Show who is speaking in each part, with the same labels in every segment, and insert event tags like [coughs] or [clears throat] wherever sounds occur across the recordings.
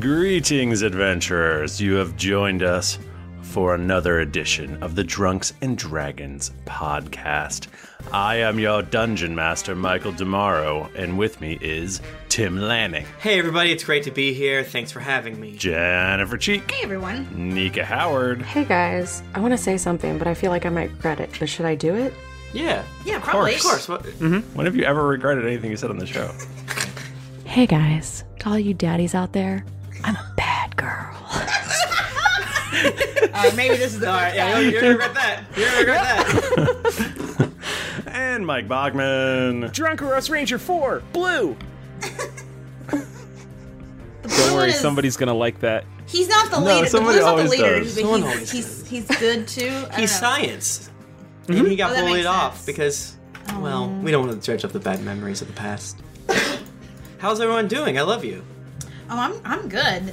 Speaker 1: Greetings, adventurers. You have joined us for another edition of the Drunks and Dragons podcast. I am your dungeon master, Michael Demaro, and with me is Tim Lanning,
Speaker 2: Hey everybody, it's great to be here. Thanks for having me.
Speaker 1: Jennifer Cheek,
Speaker 3: Hey [laughs] everyone.
Speaker 1: Nika Howard,
Speaker 4: Hey guys, I want to say something, but I feel like I might regret it. But should I do it?
Speaker 2: Yeah,
Speaker 3: Yeah, probably.
Speaker 2: of course. What,
Speaker 1: Mm-hmm. When have you ever regretted anything you said on
Speaker 2: [laughs]
Speaker 1: the show?
Speaker 4: Hey guys, to all you daddies out there, I'm a bad girl.
Speaker 3: Uh, maybe this is the
Speaker 2: Alright, yeah, you're, you're gonna regret that. You're gonna regret that.
Speaker 1: and Mike Bogman.
Speaker 5: Drunkaros Ranger 4, blue.
Speaker 3: Don't
Speaker 5: Worry, somebody's gonna like that.
Speaker 3: He's not the leader. The
Speaker 1: somebody
Speaker 3: blue's not the
Speaker 1: always
Speaker 3: leader.
Speaker 1: does.
Speaker 3: But
Speaker 2: Someone
Speaker 3: he's,
Speaker 2: always
Speaker 3: he's, he's good too. I don't
Speaker 2: He's
Speaker 3: know.
Speaker 2: science,
Speaker 1: Mm-hmm.
Speaker 2: and he got
Speaker 3: Oh, that
Speaker 2: bullied
Speaker 3: makes
Speaker 2: off
Speaker 3: sense.
Speaker 2: because,
Speaker 3: Um,
Speaker 2: well, we don't want to dredge up the bad memories of the
Speaker 3: [coughs]
Speaker 2: past. How's everyone doing? I love you.
Speaker 3: Oh, I'm I'm good.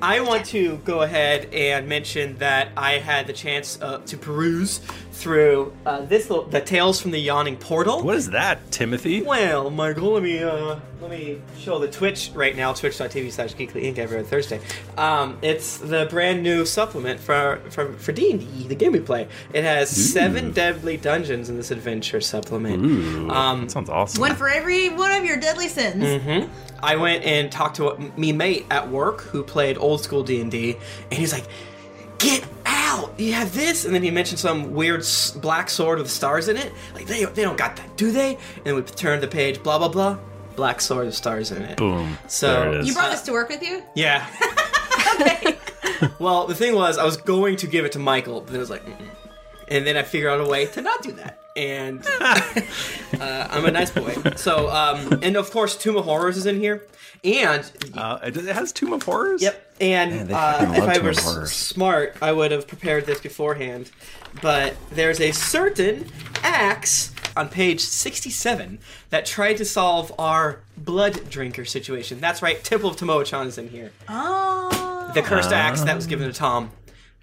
Speaker 2: I want to go ahead and mention that I had the chance uh, to peruse through uh, this little, the Tales from the Yawning Portal.
Speaker 1: What is that, Timothy?
Speaker 2: Well, Michael, let me uh, let me show the Twitch right now, twitch.tv slash geekly inc every other Thursday. Um, it's the brand new supplement for for for D and D, the game we play. It has seven deadly dungeons in this adventure supplement. Um,
Speaker 1: That sounds awesome.
Speaker 3: One for every one of your deadly sins.
Speaker 2: Mm-hmm. I went and talked to a, me mate at work who played old school D and D, and he's like, "Get out! You have this," and then he mentioned some weird s- black sword with stars in it. Like they they don't got that, do they? And then we turned the page, blah blah blah, black sword with stars in it.
Speaker 1: Boom.
Speaker 2: So-
Speaker 1: there it is.
Speaker 3: You brought this to work with you? [laughs]
Speaker 2: Yeah. [laughs] well, the thing was, I was going to give it to Michael, but then I was like, Mm-mm. and then I figured out a way to not do that. And [laughs] uh, I'm a nice boy. So, um, and of course, Tomb of Horrors is in here. And,
Speaker 1: uh, it it has Tomb of Horrors?
Speaker 2: yep. And
Speaker 6: they
Speaker 2: uh,
Speaker 6: fucking
Speaker 2: if
Speaker 6: love
Speaker 2: I
Speaker 6: Tomb
Speaker 2: were
Speaker 6: of
Speaker 2: s-
Speaker 6: Horrors.
Speaker 2: smart, I would have prepared this beforehand. But there's a certain axe on page 67 that tried to solve our blood drinker situation. That's right, Temple of Tomoe-chan is in here
Speaker 3: Oh.
Speaker 2: the cursed axe that was given to Tom.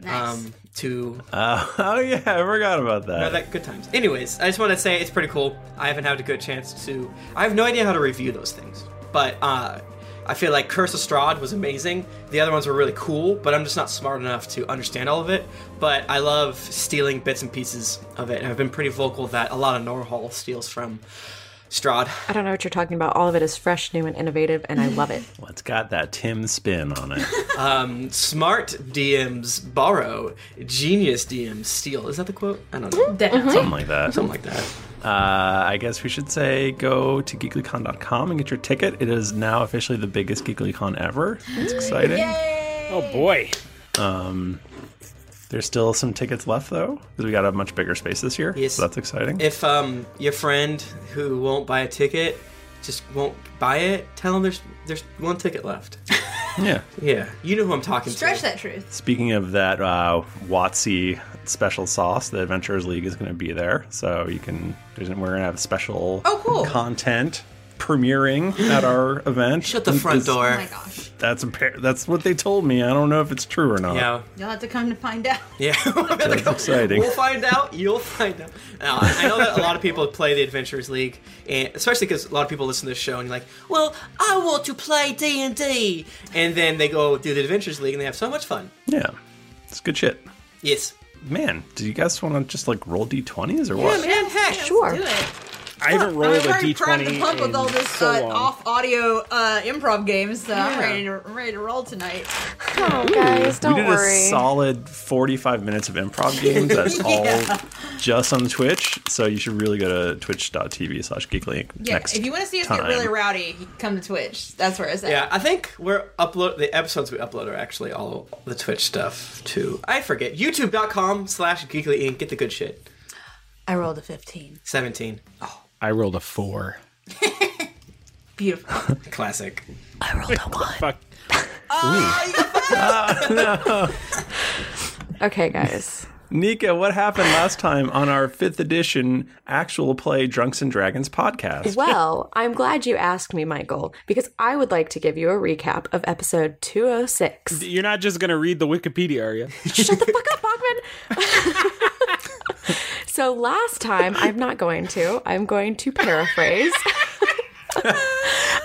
Speaker 3: Nice.
Speaker 2: Um, to
Speaker 1: Uh, [laughs] oh, yeah, I forgot about that.
Speaker 2: uh, that good times. Anyways, I just want to say it's pretty cool. I haven't had a good chance to. I have no idea how to review those things, but uh, I feel like Curse of Strahd was amazing. The other ones were really cool, but I'm just not smart enough to understand all of it. But I love stealing bits and pieces of it, and I've been pretty vocal that a lot of Norhall steals from Strahd.
Speaker 6: I don't know what you're talking about. All of it is fresh, new, and innovative, and I
Speaker 2: [laughs]
Speaker 6: love it.
Speaker 1: Well, it's got that Tim spin on it.
Speaker 2: Um, smart DMs borrow, genius DMs steal. Is that the quote? I don't know.
Speaker 1: Something like that.
Speaker 2: Something like that.
Speaker 1: Uh, I guess we should say go to geeklycon.com and get your ticket. It is now officially the biggest GeeklyCon ever.
Speaker 2: [gasps]
Speaker 1: It's exciting. [laughs]
Speaker 5: Oh boy.
Speaker 1: Um, there's still some tickets left though, because we got a much bigger space this year.
Speaker 2: Yes.
Speaker 1: So that's exciting.
Speaker 2: If um your friend who won't buy a ticket just won't buy it, tell them there's there's one ticket left.
Speaker 1: yeah.
Speaker 2: Yeah, you know who I'm talking
Speaker 3: Stretch
Speaker 2: to.
Speaker 3: that truth.
Speaker 1: Speaking of that uh, Watsy special sauce, the Adventurers League is going to be there, so you can. There's, we're going to have special
Speaker 3: Oh, cool.
Speaker 1: content premiering at our event. Shut
Speaker 2: the front door.
Speaker 3: Oh my gosh.
Speaker 1: That's appa- that's what they told me. I don't know if it's true or not.
Speaker 2: Yeah,
Speaker 3: You'll have to come to find out.
Speaker 2: [laughs]
Speaker 1: that's exciting.
Speaker 2: We'll find out. You'll find out. [laughs] No, I I know that a lot of people play the Adventurers League, and especially because a lot of people listen to this show and you're like, "Well, I want to play D and D," and then they go do the Adventurers League and they have so much fun.
Speaker 1: Yeah, it's good shit.
Speaker 2: Yes.
Speaker 1: Man, do you guys want to just like roll d20s or what?
Speaker 2: man, heck,
Speaker 6: sure.
Speaker 5: I haven't rolled a
Speaker 3: I'm already primed
Speaker 5: d20
Speaker 3: the pump with all
Speaker 5: in
Speaker 3: this
Speaker 5: so
Speaker 3: uh,
Speaker 5: long.
Speaker 3: off audio uh, improv games, so I'm ready to I'm ready to roll tonight.
Speaker 6: Oh,
Speaker 1: we
Speaker 6: guys, don't
Speaker 1: did
Speaker 6: worry.
Speaker 1: a solid 45 minutes of
Speaker 3: [laughs]
Speaker 1: improv games that's all just on twitch so you should really go to twitch.tv slash geekly
Speaker 3: Yeah,
Speaker 1: next
Speaker 3: if you want to see us
Speaker 1: time.
Speaker 3: get really rowdy, come to Twitch. That's where it's at.
Speaker 2: Yeah, I think we're upload the episodes we upload are actually all the Twitch stuff too. I forget. YouTube.com slash Geekly Inc. Get the good shit.
Speaker 3: I rolled a 15.
Speaker 2: Seventeen.
Speaker 5: I rolled a four.
Speaker 3: Beautiful.
Speaker 2: Classic.
Speaker 4: I rolled a one.
Speaker 5: Fuck.
Speaker 6: [laughs] Okay, guys.
Speaker 1: nika what happened last time on our fifth edition actual play drunks and dragons podcast
Speaker 6: Well, I'm glad you asked me, Michael, because I would like to give you a recap of episode 206.
Speaker 5: You're not just gonna read the Wikipedia, are you?
Speaker 6: Shut the fuck up, Bachman. so last time, I'm not going to. I'm going
Speaker 4: [laughs]
Speaker 6: to paraphrase.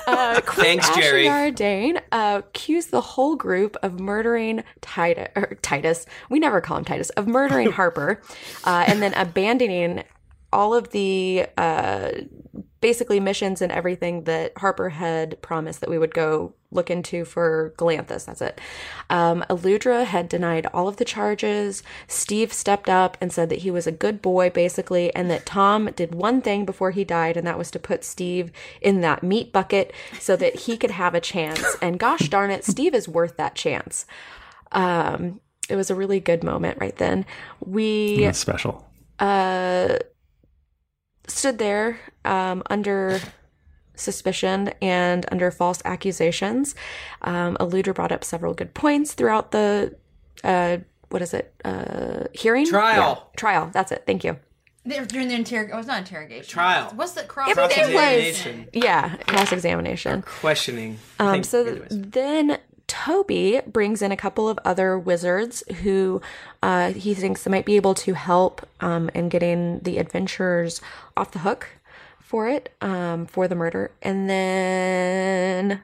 Speaker 6: uh, Queen
Speaker 2: Thanks, Jerry.
Speaker 6: Ashley Dane uh, accused the whole group of murdering Titus. Or Titus. We never call him Titus. Of murdering Harper, uh, and then abandoning all of the uh, basically missions and everything that Harper had promised that we would go look into for Galanthus. That's it. Um, Eludra had denied all of the charges. Steve stepped up and said that he was a good boy, basically, and that Tom did one thing before he died, and that was to put Steve in that meat bucket so that he could have a chance. And gosh darn it, Steve is worth that chance. Um, it was a really good moment right then. We
Speaker 1: That's Mm, special
Speaker 6: uh, stood there um, under suspicion and under false accusations. Um, Eluder brought up several good points throughout the uh, what is it uh, hearing
Speaker 2: Trial.
Speaker 6: Yeah, trial. That's it. Thank you.
Speaker 3: They're During the interrogation, oh, it's not interrogation.
Speaker 2: Trial.
Speaker 3: What's the cross?
Speaker 6: If there was,
Speaker 2: Cross-examination.
Speaker 6: yeah, cross examination.
Speaker 2: Questioning.
Speaker 6: Um,
Speaker 2: Thank-
Speaker 6: so
Speaker 2: anyways.
Speaker 6: then Toby brings in a couple of other wizards who uh, he thinks might be able to help um, in getting the adventurers off the hook for it, um, for the murder. And then.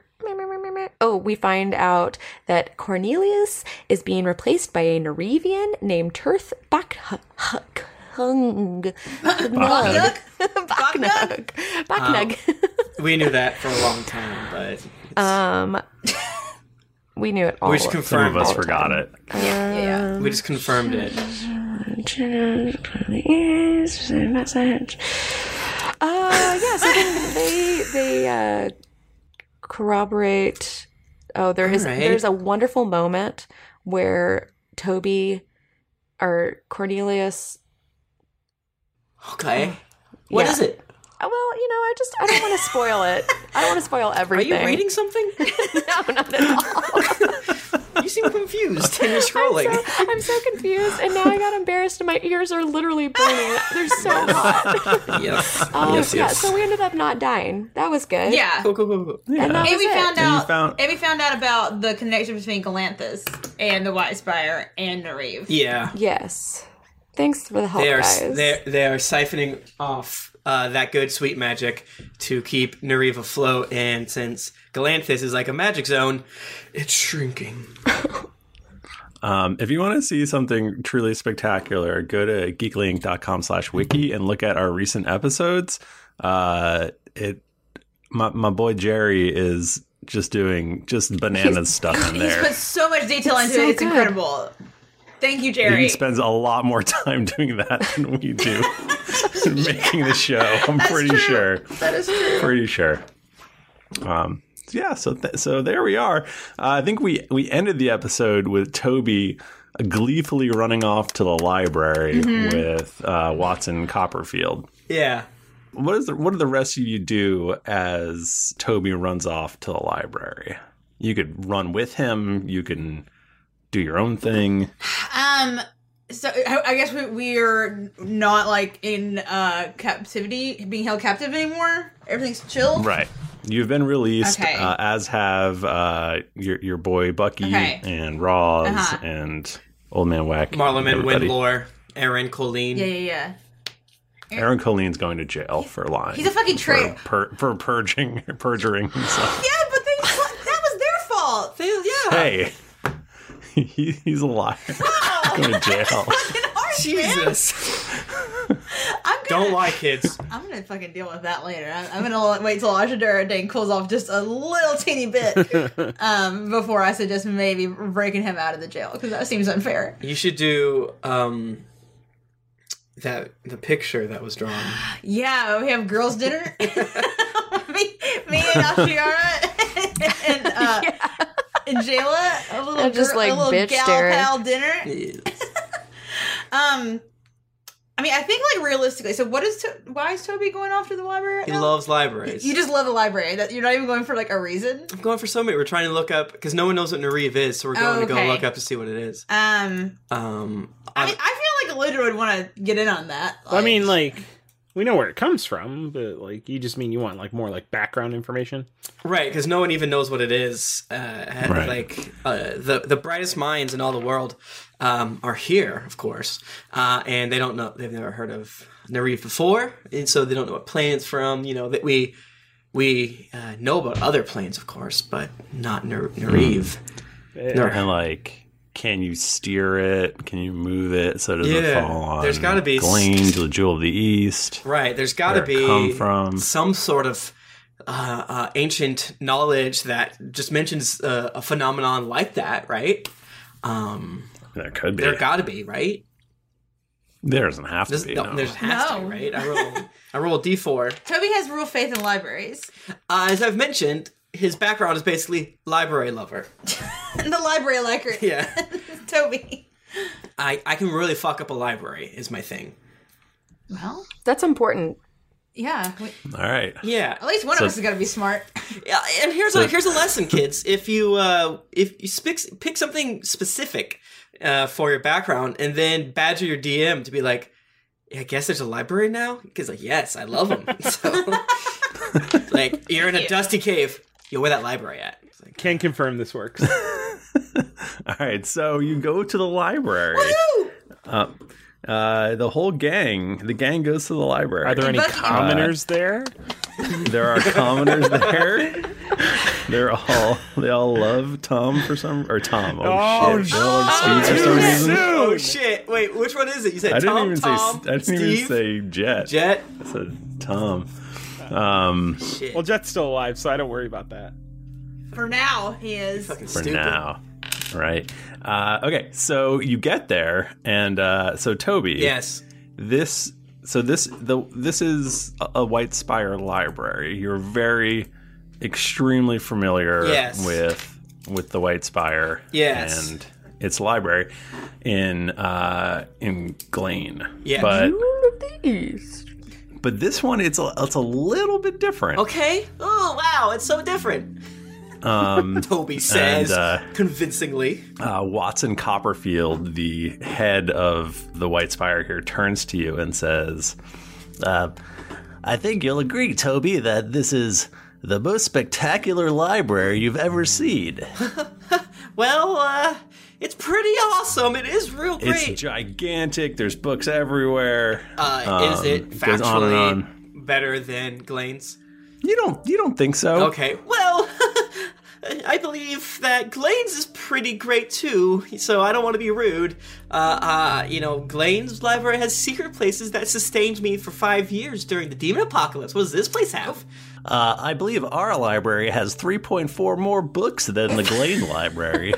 Speaker 6: Oh, we find out that Cornelius is being replaced by a Nerevian named Turth [laughs] Bakhnug. Bakhnug. Bakhnug. Bakhnug.
Speaker 2: we knew that for a long time, but
Speaker 6: Um, we knew it all.
Speaker 2: we just
Speaker 1: some
Speaker 2: confirmed
Speaker 1: of us
Speaker 2: it.
Speaker 1: forgot it
Speaker 3: Yeah, yeah.
Speaker 2: We just confirmed it.
Speaker 6: Uh, yeah. So then they they uh, corroborate. Oh, there is
Speaker 2: All right.
Speaker 6: there's a wonderful moment where Toby or Cornelius.
Speaker 2: Okay. What
Speaker 6: Yeah.
Speaker 2: is it?
Speaker 6: Oh, Well, you know, I just I don't want to spoil it. I don't want to spoil
Speaker 2: Are
Speaker 6: everything.
Speaker 2: you reading something?
Speaker 6: [laughs] No, not at
Speaker 2: [laughs]
Speaker 6: all.
Speaker 2: you seem confused and you're scrolling.
Speaker 6: So, [laughs] I'm so confused, and now I got embarrassed, and my ears are literally burning. They're so hot.
Speaker 2: yes.
Speaker 6: Um,
Speaker 2: yes.
Speaker 6: yeah,
Speaker 2: Yes.
Speaker 6: so we ended up not dying. That was good.
Speaker 3: Yeah.
Speaker 2: Go, go, go, go.
Speaker 6: And that
Speaker 3: And
Speaker 6: was
Speaker 3: we
Speaker 6: it.
Speaker 3: found
Speaker 1: And you
Speaker 3: out
Speaker 1: found-
Speaker 3: and we found out about the connection between Galanthus and the White Spire and Nereve.
Speaker 2: Yeah.
Speaker 6: Yes. Thanks for the help,
Speaker 2: They are
Speaker 6: guys.
Speaker 2: they they are siphoning off uh, that good sweet magic to keep Nereve afloat, and since Galanthus is like a magic zone, it's shrinking.
Speaker 1: Um, if you want to see something truly spectacular, go to geeklyinc.com slash wiki and look at our recent episodes. Uh, it my my boy Jerry is just doing just bananas
Speaker 6: [laughs]
Speaker 1: stuff in
Speaker 3: He's
Speaker 1: there.
Speaker 3: put so much detail
Speaker 6: It's
Speaker 3: into
Speaker 6: so
Speaker 3: it. It's
Speaker 6: good.
Speaker 3: incredible. Thank you, Jerry.
Speaker 1: He spends a lot more [laughs] time doing that than we do [laughs] making the show. I'm pretty sure.
Speaker 2: That is true.
Speaker 1: Pretty sure. Um, yeah. So th- so there we are. Uh, I think we we ended the episode with Toby gleefully running off to the library
Speaker 2: Mhm.
Speaker 1: with uh, Watson Copperfield.
Speaker 2: Yeah.
Speaker 1: What is the, what do the rest of you do as Toby runs off to the library? You could run with him. You can do your own thing.
Speaker 3: Um. So I I guess we, we're not like in uh captivity, being held captive anymore. Everything's chill.
Speaker 1: Right. You've been released,
Speaker 3: Okay.
Speaker 1: uh, as have uh, your your boy Bucky
Speaker 3: Okay.
Speaker 1: and Roz
Speaker 3: Uh-huh.
Speaker 1: and Old Man Whack.
Speaker 2: Marlon
Speaker 1: everybody.
Speaker 2: Windlore, Aaron Colleen.
Speaker 3: Yeah, yeah, yeah.
Speaker 1: Aaron Colleen's going to jail for lying.
Speaker 3: He's a fucking traitor.
Speaker 1: for, pur- for purging [laughs] perjuring himself.
Speaker 3: [laughs] Yeah, but they, what, that was their fault. They, yeah.
Speaker 1: Hey, he, he's a
Speaker 3: [laughs]
Speaker 1: liar. He's going to jail.
Speaker 2: Jesus. Don't lie,
Speaker 6: [laughs]
Speaker 2: kids.
Speaker 3: I'm gonna fucking deal with that later. I'm, I'm gonna let- wait till Ashadura Dane cools off just a little teeny bit
Speaker 2: [laughs]
Speaker 3: um, before I suggest maybe breaking him out of the jail because that seems unfair.
Speaker 2: You should do um that the picture that was drawn.
Speaker 3: Yeah, we have girls'
Speaker 6: [laughs]
Speaker 3: dinner. [laughs] me, me and Ashadura [laughs] and, uh, and Jayla, a little
Speaker 6: And just,
Speaker 3: gir-
Speaker 6: like,
Speaker 3: a little
Speaker 6: bitch
Speaker 3: gal
Speaker 6: dinner.
Speaker 3: pal dinner. [laughs] Um, I mean, I think like realistically. So, what is to- why is Toby going off to the library? right
Speaker 2: He
Speaker 3: now?
Speaker 2: loves libraries.
Speaker 3: You just love the library. That you're not even going for like a reason.
Speaker 2: I'm going for so many. We're trying to look up because no one knows what Nariv is, so we're going to
Speaker 3: Okay.
Speaker 2: go look up to see what it is.
Speaker 3: Um,
Speaker 2: Um,
Speaker 3: I mean, I feel like Eludra would want to get in on that.
Speaker 5: I mean, like, we know where it comes from, but like, you just mean you want like more like background information.
Speaker 2: Right, because no one even knows what it is. Uh, and, Like uh, the the brightest minds in all the world um, are here, of course, uh, and they don't know. They've never heard of Nerif before, and so they don't know what plane it's from. You know that we we uh, know about other planes, of course, but not Ner- Nerif.
Speaker 1: Hmm. And like, can you steer it? Can you move it so it doesn't
Speaker 2: Yeah,
Speaker 1: fall on?
Speaker 2: there's gotta be s-
Speaker 1: Glange, the jewel of the east.
Speaker 2: Right, there's got to
Speaker 1: Where it come
Speaker 2: be
Speaker 1: from.
Speaker 2: some sort of uh, uh, ancient knowledge that just mentions uh, a phenomenon like that, right? Um,
Speaker 1: there could be.
Speaker 2: There got to be, right?
Speaker 1: There doesn't have to be.
Speaker 2: no,
Speaker 1: no.
Speaker 2: there's has to,
Speaker 3: No.
Speaker 2: right? I roll, I roll a d4.
Speaker 3: Toby has real faith in libraries. [laughs]
Speaker 2: Uh, as I've mentioned, his background is basically library lover.
Speaker 3: the library liker.
Speaker 2: Yeah.
Speaker 3: [laughs] Toby.
Speaker 2: I, I can really fuck up a library, is my thing.
Speaker 3: Well,
Speaker 6: that's important.
Speaker 3: Yeah. we-
Speaker 1: All right.
Speaker 2: Yeah.
Speaker 3: At least one
Speaker 2: So-
Speaker 3: of us is gonna be smart.
Speaker 2: [laughs] Yeah, and here's
Speaker 1: So-
Speaker 2: a here's a lesson,
Speaker 1: [laughs]
Speaker 2: kids. If you uh, if you pick pick something specific uh, for your background, and then badger your DM to be like, I guess there's a library now. Because like, yes, I love them. [laughs]
Speaker 1: [laughs]
Speaker 2: so, like, you're in a dusty cave. Yo, where that library at?
Speaker 5: Can confirm this
Speaker 3: [laughs]
Speaker 5: works.
Speaker 1: [laughs] All right, so you go to the library. Uh, uh, the whole gang, the gang goes to the library. Uh,
Speaker 5: Are there any Bucky- commoners there?
Speaker 1: There are commoners there. They're all they all love Tom for some or Tom. Oh,
Speaker 2: Oh,
Speaker 1: shit! They all love Steve for some reason.
Speaker 2: Oh shit! Wait, which one is it? You said
Speaker 1: I didn't
Speaker 2: Tom,
Speaker 1: even
Speaker 2: Tom,
Speaker 1: say I didn't
Speaker 2: Steve.
Speaker 1: even say Jet.
Speaker 2: Jet.
Speaker 1: I said Tom. Um,
Speaker 5: Well, Jet's still alive, so I don't worry about that.
Speaker 3: For now, he is.
Speaker 1: for now. Right. Uh, okay. So you get there, and uh, so Toby.
Speaker 2: Yes.
Speaker 1: This. So this the this is a, a White Spire library. You're very extremely familiar
Speaker 2: Yes.
Speaker 1: with with the White Spire.
Speaker 2: Yes.
Speaker 1: And its library in uh, in Glane.
Speaker 2: Yes.
Speaker 1: But
Speaker 6: Jewel of the East.
Speaker 1: but this one it's a, it's a little bit different.
Speaker 2: Okay. Oh wow, it's so different. [laughs]
Speaker 1: Um,
Speaker 2: Toby says
Speaker 1: and, uh,
Speaker 2: convincingly.
Speaker 1: uh, Watson Copperfield, the head of the White Spire here, turns to you and says, uh, I think you'll agree, Toby, that this is the most spectacular library you've
Speaker 2: [laughs]
Speaker 1: ever seen.
Speaker 2: Well, uh, it's pretty awesome. It is real
Speaker 1: It's
Speaker 2: great.
Speaker 1: gigantic, there's books everywhere.
Speaker 2: Uh, is
Speaker 1: Um,
Speaker 2: it
Speaker 1: goes on and
Speaker 2: factually
Speaker 1: on.
Speaker 2: better than Glane's?
Speaker 1: You don't you don't think so?
Speaker 2: Okay. Well, [laughs] I believe that Glaine's is pretty great too, so I don't want to be rude. Uh, uh, you know, Glaine's library has secret places that sustained me for five years during the demon apocalypse. What does this place have?
Speaker 1: Uh, I believe our library has 3.4 more books than the Glade
Speaker 2: [laughs]
Speaker 1: library.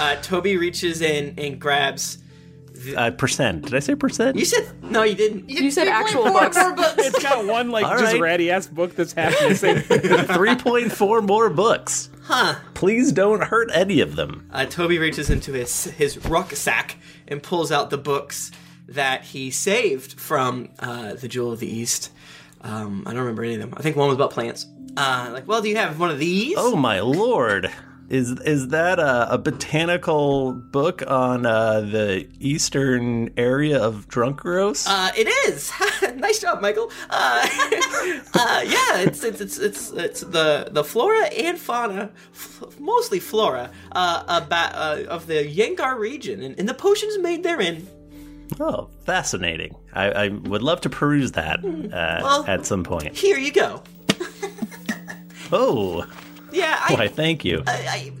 Speaker 2: Uh, Toby reaches in and grabs.
Speaker 1: Uh, percent. Did I say percent?
Speaker 2: You
Speaker 1: [laughs]
Speaker 2: said [laughs] no, you didn't.
Speaker 6: You said actual books.
Speaker 5: It's got one like
Speaker 1: All
Speaker 5: just
Speaker 1: right.
Speaker 5: ratty ass book that's half missing.
Speaker 1: 3.4 more books.
Speaker 2: Huh.
Speaker 1: Please don't hurt any of them.
Speaker 2: Uh, Toby reaches into his his rucksack and pulls out the books that he saved from uh, the Jewel of the East. Um, I don't remember any of them. I think one was about plants. Uh, like, well, do you have one of these?
Speaker 1: Oh my lord. Is is that a, a botanical book on uh, the eastern area of Drunkeros?
Speaker 2: Uh, it is. [laughs] nice job, Michael. Uh, [laughs] uh, yeah, it's it's it's it's, it's the, the flora and fauna, f- mostly flora, uh, about, uh, of the Yengar region, and, and the potions made therein.
Speaker 1: oh, fascinating. I, I would love to peruse that uh,
Speaker 2: Hmm. Well-
Speaker 1: at some point.
Speaker 2: Here you go.
Speaker 1: Oh,
Speaker 2: Yeah, I,
Speaker 1: why, thank you.
Speaker 2: I, I,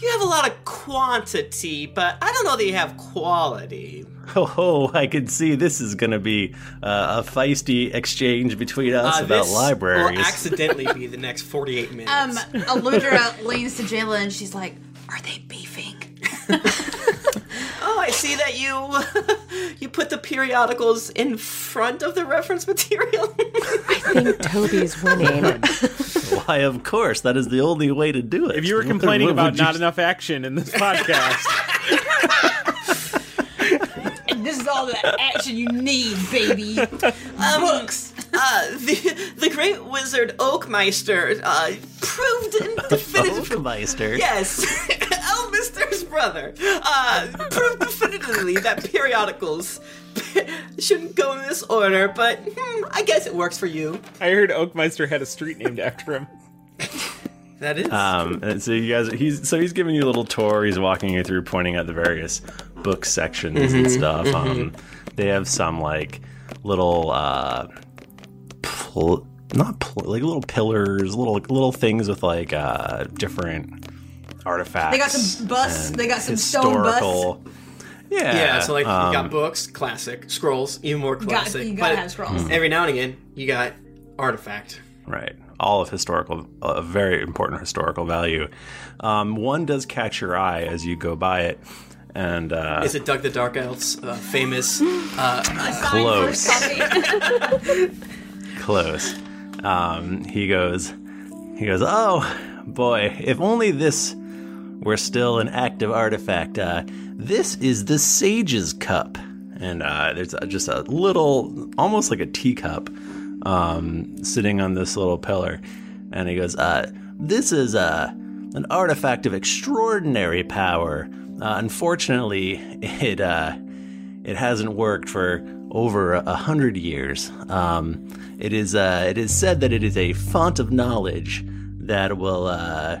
Speaker 2: you have a lot of quantity, but I don't know that you have quality.
Speaker 1: Oh, oh, I can see this is going to be uh, a feisty exchange between us
Speaker 2: Uh,
Speaker 1: about
Speaker 2: this
Speaker 1: libraries. [laughs]
Speaker 2: will accidentally be the next 48 minutes.
Speaker 3: Um, Aludra [laughs] leans to Jayla and she's like, "Are they beefing?"
Speaker 2: oh, I see that you [laughs] you put the periodicals in front of the reference material.
Speaker 6: I
Speaker 1: [laughs]
Speaker 6: think Toby's winning.
Speaker 1: Why, of course, that is the only way to do it.
Speaker 5: If you were
Speaker 1: What
Speaker 5: complaining
Speaker 1: would
Speaker 5: about
Speaker 1: you
Speaker 5: not enough action in
Speaker 1: [laughs]
Speaker 5: this podcast,
Speaker 3: And [laughs] this is all the action you need, baby.
Speaker 2: Um, uh, the, the great wizard Oakmeister uh, proved
Speaker 5: [laughs]
Speaker 2: in definitive
Speaker 1: Oakmeister?
Speaker 2: Yes, [laughs] Elmister's brother uh, proved definitively that periodicals [laughs] shouldn't go in this order, but hmm, [laughs] I guess it works for you.
Speaker 5: I heard Oakmeister had a street named
Speaker 2: [laughs]
Speaker 5: after him.
Speaker 2: That is.
Speaker 1: Um, and so you guys, he's so he's giving you a little tour. He's walking you through, pointing at the various book sections and
Speaker 2: Mhm,
Speaker 3: Mm-hmm.
Speaker 1: stuff.
Speaker 2: mhm.
Speaker 1: Um, they have some like little, uh, pl- not pl- like little pillars, little little things with like uh, different artifacts.
Speaker 3: They got some busts.
Speaker 1: and
Speaker 3: They got some stone
Speaker 1: historical- Yeah,
Speaker 2: Yeah, so like you
Speaker 1: um,
Speaker 2: got books, classic, scrolls, even more
Speaker 3: Got-
Speaker 2: classic.
Speaker 3: you gotta have scrolls. Mhm.
Speaker 2: Every now and again, you got artifact.
Speaker 1: Right. All of historical, uh, very important historical value. Um, one does catch your eye as you go by it, and uh,
Speaker 2: is it Doug the Dark Elf's uh,
Speaker 3: [gasps]
Speaker 2: famous? Uh,
Speaker 1: Close.
Speaker 6: [laughs]
Speaker 1: close. Um, he goes, he goes, oh boy, if only this were still an active artifact. Uh, this is the Sage's Cup, and uh, there's uh, just a little, almost like a teacup, um, sitting on this little pillar, and he goes, uh, this is uh, an artifact of extraordinary power. Uh, unfortunately, [laughs] it uh, it hasn't worked for over a hundred years. Um, it is uh, it is said that it is a font of knowledge that will uh,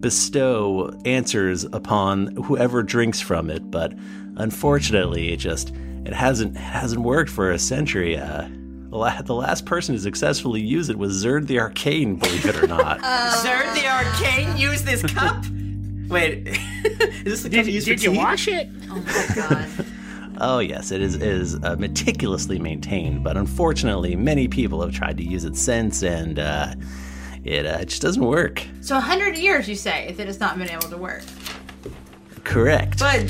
Speaker 1: bestow answers upon whoever drinks from it. But unfortunately, it just it hasn't hasn't worked for a century. Uh, the la- the last person to successfully use it was Zerd the Arcane, believe it or not.
Speaker 3: Uh,
Speaker 2: Zerd the Arcane used this cup. Wait, [laughs] is this the cup you used for tea?
Speaker 3: [laughs]
Speaker 5: it?
Speaker 1: [laughs] Oh yes, it is is uh, meticulously maintained, but unfortunately, many people have tried to use it since, and uh, it uh, just doesn't work.
Speaker 3: So, 100 years, you say, if it has not been able to work.
Speaker 1: Correct.
Speaker 3: But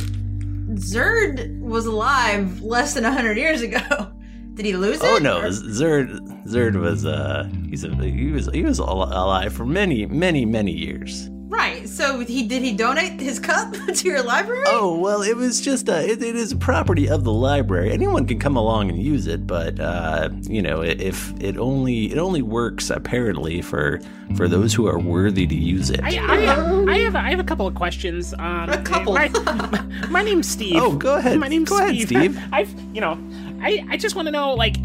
Speaker 3: Zerd was alive less than 100 years ago. [laughs] Did he lose
Speaker 1: Oh
Speaker 3: it?
Speaker 1: no, Zerd Zerd was uh he's a, he was he was al- alive for many many many years.
Speaker 3: Right. So, he did he donate his cup [laughs] to your library?
Speaker 1: Oh well, it was just uh, it, it is a property of the library. Anyone can come along and use it, but uh, you know i- if it only it only works apparently for for those who are worthy to use it.
Speaker 5: I, I, I have a, I have a couple of questions. Um, a couple. My, my name's Steve.
Speaker 1: Oh, go ahead.
Speaker 5: My name's
Speaker 1: Go ahead,
Speaker 5: Steve.
Speaker 1: Steve.
Speaker 5: [laughs] I've you know, I I just want to know like,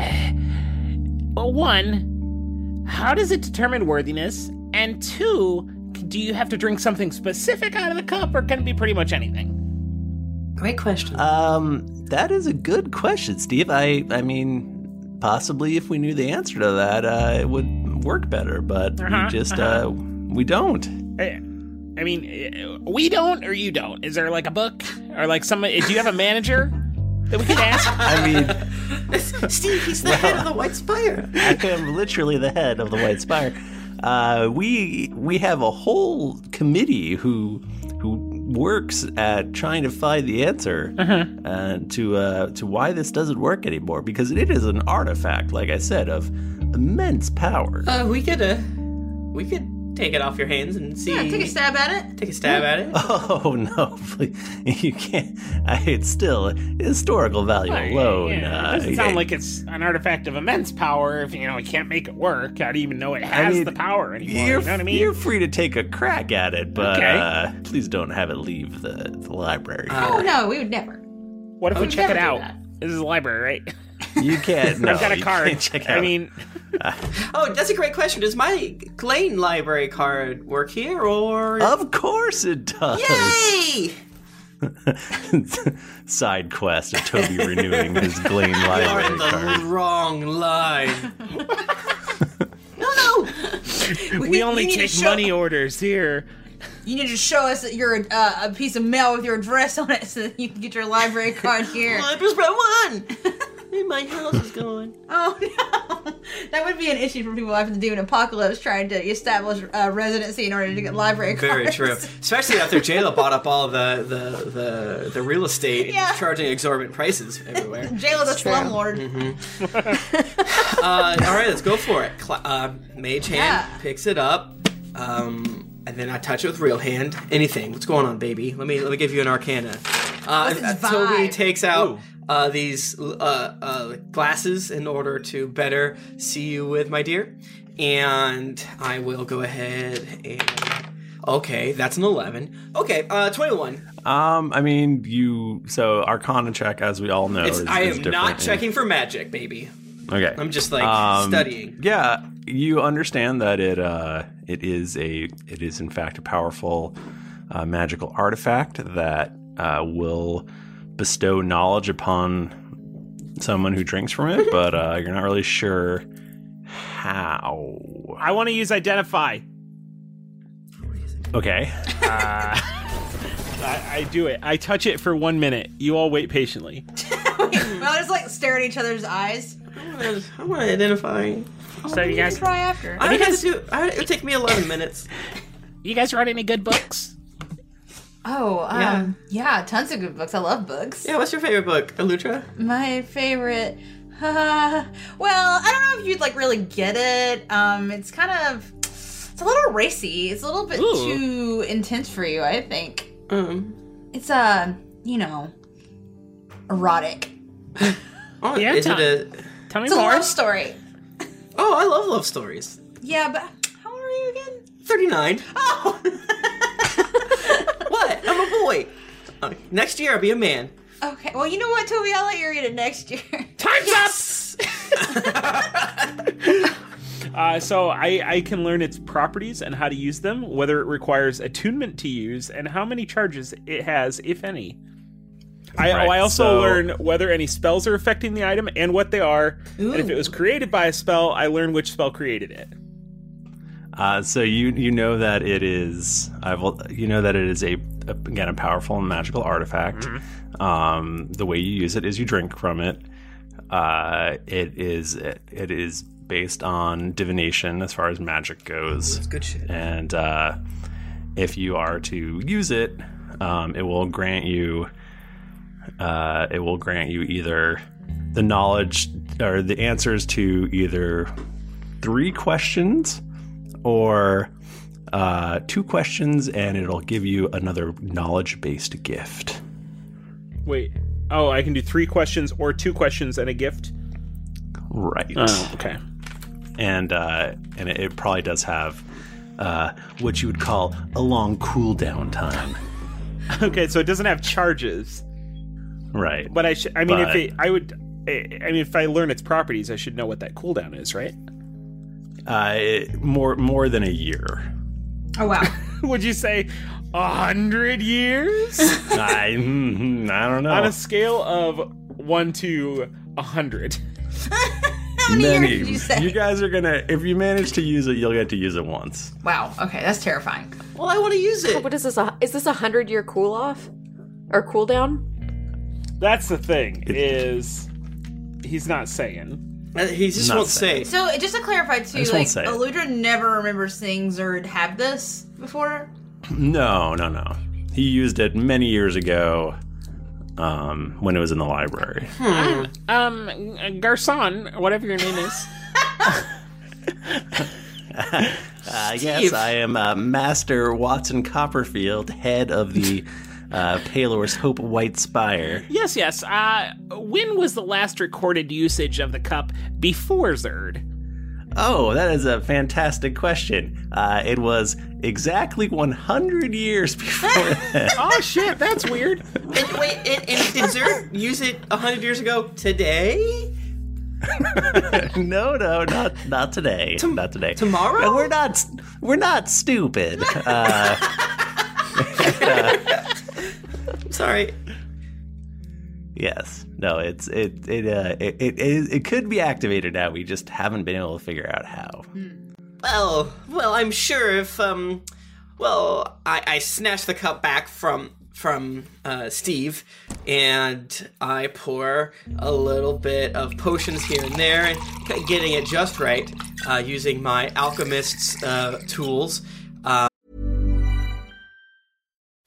Speaker 5: well, one, how does it determine worthiness? And two, do you have to drink something specific out of the cup, or can it be pretty much anything?
Speaker 3: Great question.
Speaker 1: Um, that is a good question, Steve. I I mean, possibly if we knew the answer to that, uh, it would work better. But
Speaker 5: Uh-huh,
Speaker 1: we just
Speaker 5: uh-huh.
Speaker 1: uh, we don't.
Speaker 5: Eh,
Speaker 7: I mean, eh, we don't or you don't. Is there like a book or like some? eh, Do you have a manager that we could
Speaker 1: [laughs]
Speaker 7: ask?
Speaker 1: I mean,
Speaker 3: [laughs]
Speaker 2: Steve, he's the [laughs]
Speaker 1: [laughs]
Speaker 2: head of the White Spire.
Speaker 1: I am literally the head of the White Spire. Uh, we we have a whole committee who who works at trying to find the answer
Speaker 7: Uh-huh.
Speaker 1: uh, to uh, to why this doesn't work anymore because it is an artifact, like I said, of immense power.
Speaker 2: Uh, we could, uh, we could take it off your hands and see.
Speaker 3: Yeah, take a stab at it.
Speaker 2: Take a stab at it.
Speaker 1: Oh [laughs] no, please! You can't. I, it's still historical value alone.
Speaker 7: Oh, Yeah,
Speaker 1: uh,
Speaker 7: it doesn't sound like it's an artifact of immense power. If you know, we can't make it work. How do you even know it
Speaker 1: I
Speaker 7: has
Speaker 1: mean,
Speaker 7: the power anymore?
Speaker 1: You're,
Speaker 7: you know what I mean?
Speaker 1: you're free to take a crack at it, but
Speaker 7: Okay.
Speaker 1: uh, please don't have it leave the, the library.
Speaker 3: oh no, we would never.
Speaker 7: What if
Speaker 3: I
Speaker 7: we
Speaker 3: would
Speaker 7: check it
Speaker 3: never do
Speaker 7: out? This is a library, right?
Speaker 1: [laughs] You can't. No,
Speaker 7: I've got a
Speaker 1: you
Speaker 7: card.
Speaker 1: can't check
Speaker 7: I
Speaker 1: out.
Speaker 7: mean,
Speaker 2: Oh, that's a great question. Does my Glane library card work here, or
Speaker 1: Of course it does.
Speaker 2: Yay!
Speaker 1: [laughs] Side quest of Toby
Speaker 2: [laughs]
Speaker 1: renewing his
Speaker 7: [laughs]
Speaker 1: Glane
Speaker 2: You're
Speaker 1: library
Speaker 2: in the
Speaker 1: card.
Speaker 2: wrong line.
Speaker 7: we,
Speaker 3: we
Speaker 7: only
Speaker 3: need to
Speaker 7: take
Speaker 3: show-
Speaker 7: money orders here.
Speaker 3: You need to show us that you're uh, a piece of mail with your address on it, so that you can get
Speaker 2: [laughs]
Speaker 3: your library card here.
Speaker 2: I just brought
Speaker 3: [laughs]
Speaker 2: one. My house is going.
Speaker 3: oh [laughs] no, that would be an issue for people after the demon apocalypse trying to establish uh, residency in order to get library cards.
Speaker 2: Very true.
Speaker 3: [laughs]
Speaker 2: Especially after Jayla bought up all the the the, the real estate,
Speaker 3: Yeah.
Speaker 2: and charging exorbitant prices everywhere.
Speaker 3: Jail is a slumlord.
Speaker 2: Mm-hmm.
Speaker 3: [laughs]
Speaker 2: uh, all right, let's go for it. Cla uh, mage hand
Speaker 3: Yeah.
Speaker 2: picks it up, um, and then I touch it with real hand. Anything? What's going on, baby? Let me let me give you an arcana. Uh,
Speaker 3: What's
Speaker 2: and, uh,
Speaker 3: its
Speaker 2: Toby
Speaker 3: vibe?
Speaker 2: takes out uh, these uh, uh, glasses in order to better see you with, my dear. And I will go ahead and. Okay, that's an 11. Okay, uh, 21.
Speaker 1: Um, I mean, you. So Arcana check, as we all know,
Speaker 2: it's,
Speaker 1: is,
Speaker 2: I
Speaker 1: is
Speaker 2: am
Speaker 1: different.
Speaker 2: not checking for magic, baby.
Speaker 1: Okay, Um,
Speaker 2: I'm just, like, studying.
Speaker 1: Yeah, you understand that it uh, it is a it is in fact a powerful uh, magical artifact that uh, will bestow knowledge upon someone who drinks
Speaker 2: [laughs]
Speaker 1: from it, but uh, you're not really sure how.
Speaker 7: I want to use identify. [laughs]
Speaker 1: Okay.
Speaker 7: Uh, I, I do it. I touch it for one minute. You all wait patiently.
Speaker 3: Well, just like stare at each other's eyes.
Speaker 2: I want to identify.
Speaker 7: So you guys,
Speaker 3: Try after.
Speaker 2: I have to do. I, it would take me 11 minutes.
Speaker 7: you guys read any good books?
Speaker 3: Oh, um, yeah. tons of good books. I love books.
Speaker 2: Yeah, what's your favorite book, Elutra?
Speaker 3: My favorite. [laughs] Uh, well, I don't know if you'd like really get it. Um, it's kind of it's a little racy. It's a little bit
Speaker 7: Ooh.
Speaker 3: too intense for you, I think.
Speaker 1: Mm.
Speaker 2: Um,
Speaker 3: It's uh, you know, erotic.
Speaker 2: oh,
Speaker 7: Yeah,
Speaker 2: is
Speaker 7: tell-
Speaker 2: it a?
Speaker 7: Tell me
Speaker 3: It's a
Speaker 7: more.
Speaker 3: love story.
Speaker 2: Oh, I love love stories.
Speaker 3: Yeah, but how old are you again?
Speaker 2: 39.
Speaker 3: Oh,
Speaker 2: [laughs] What? I'm a boy. Uh, next year I'll be a man.
Speaker 3: okay. Well, you know what, Toby? I'll let you read it next year. [laughs]
Speaker 7: Time's up. uh, so I, I can learn its properties and how to use them, whether it requires attunement to use, and how many charges it has, if any. I, oh, I
Speaker 1: Right,
Speaker 7: also
Speaker 1: so-
Speaker 7: learn whether any spells are affecting the item and what they are. And if it was created by a spell, I learn which spell created it.
Speaker 1: Uh, so you you know that it is I've you know that it is a, a- again a powerful and magical artifact.
Speaker 2: Mm-hmm.
Speaker 1: Um, the way you use it is you drink from it. Uh, it is it, it is based on divination as far as magic goes.
Speaker 2: Good shit.
Speaker 1: And uh, if you are to use it, um, it will grant you. Uh, it will grant you either the knowledge or the answers to either three questions or uh, two questions, and it'll give you another knowledge-based gift.
Speaker 7: Wait. Oh, I can do three questions or two questions and a gift.
Speaker 1: Right.
Speaker 7: Oh, okay.
Speaker 1: and uh, and it, it probably does have uh, what you would call a long cooldown time.
Speaker 7: [laughs] Okay, so it doesn't have charges.
Speaker 1: Right.
Speaker 7: But I should. I mean,
Speaker 1: But-
Speaker 7: if it, I would, I I mean, if I learn its properties, I should know what that cooldown is, right?
Speaker 1: Uh, it- more more than a year.
Speaker 3: Oh wow.
Speaker 7: [laughs] would you say a hundred
Speaker 3: [laughs]
Speaker 7: years
Speaker 1: I mm, I don't know.
Speaker 7: on a scale of one to a hundred?
Speaker 3: How many, years did you say?
Speaker 1: guys are gonna. If you manage to use it, you'll get to use it once.
Speaker 3: Wow. Okay, that's terrifying.
Speaker 2: Well, I want to use it.
Speaker 6: What is this? A, is this a hundred year cool off or cool down?
Speaker 5: That's the thing is, he's not saying.
Speaker 2: Uh, He just
Speaker 5: Not
Speaker 2: won't
Speaker 5: saying.
Speaker 2: say.
Speaker 3: So just to clarify
Speaker 1: I
Speaker 3: too,
Speaker 1: just
Speaker 3: like
Speaker 1: won't say it.
Speaker 3: Aludra never remembers things or had this before.
Speaker 1: No, no, no. He used it many years ago um, when it was in the library.
Speaker 5: Um, Garcon, whatever your name
Speaker 7: [laughs]
Speaker 5: is.
Speaker 1: [laughs] Uh, yes, I am uh, Master Watson Copperfield, head of the uh, Palor's Hope White Spire.
Speaker 5: yes, yes. Uh, when was the last recorded usage of the cup before Zerd?
Speaker 1: Oh, that is a fantastic question. Uh, it was exactly 100 years [laughs] before that.
Speaker 5: oh shit, that's weird.
Speaker 2: And wait, and, and did Zerg use it hundred years ago today?
Speaker 1: no, no, not not today. not today.
Speaker 2: Tomorrow?
Speaker 1: No, we're not. We're not stupid. Uh,
Speaker 2: [laughs] Sorry.
Speaker 1: Yes. No. It's it it uh it, it it it could be activated now. We just haven't been able to figure out how.
Speaker 2: Well, well, I'm sure if um, well, I, I snatch the cup back from from uh, Steve, and I pour a little bit of potions here and there, and k- getting it just right uh, using my alchemist's uh, tools. Uh,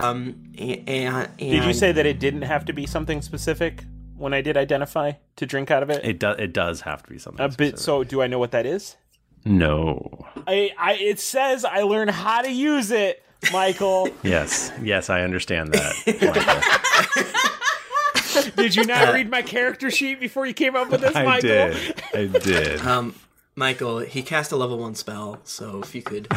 Speaker 2: Um, and,
Speaker 7: Did you say that it didn't have to be something specific when I did identify to drink out of it?
Speaker 8: It does. It does have to be something.
Speaker 7: A bit. So, do I know what that is?
Speaker 8: No.
Speaker 7: I, I it says I learned how to use it,
Speaker 8: [laughs]
Speaker 7: Michael.
Speaker 8: Yes. Yes, I understand that.
Speaker 7: [laughs] did you not read my character sheet before you came up with this, Michael?
Speaker 8: I did.
Speaker 2: Um, Michael, he cast a level one spell, so if you could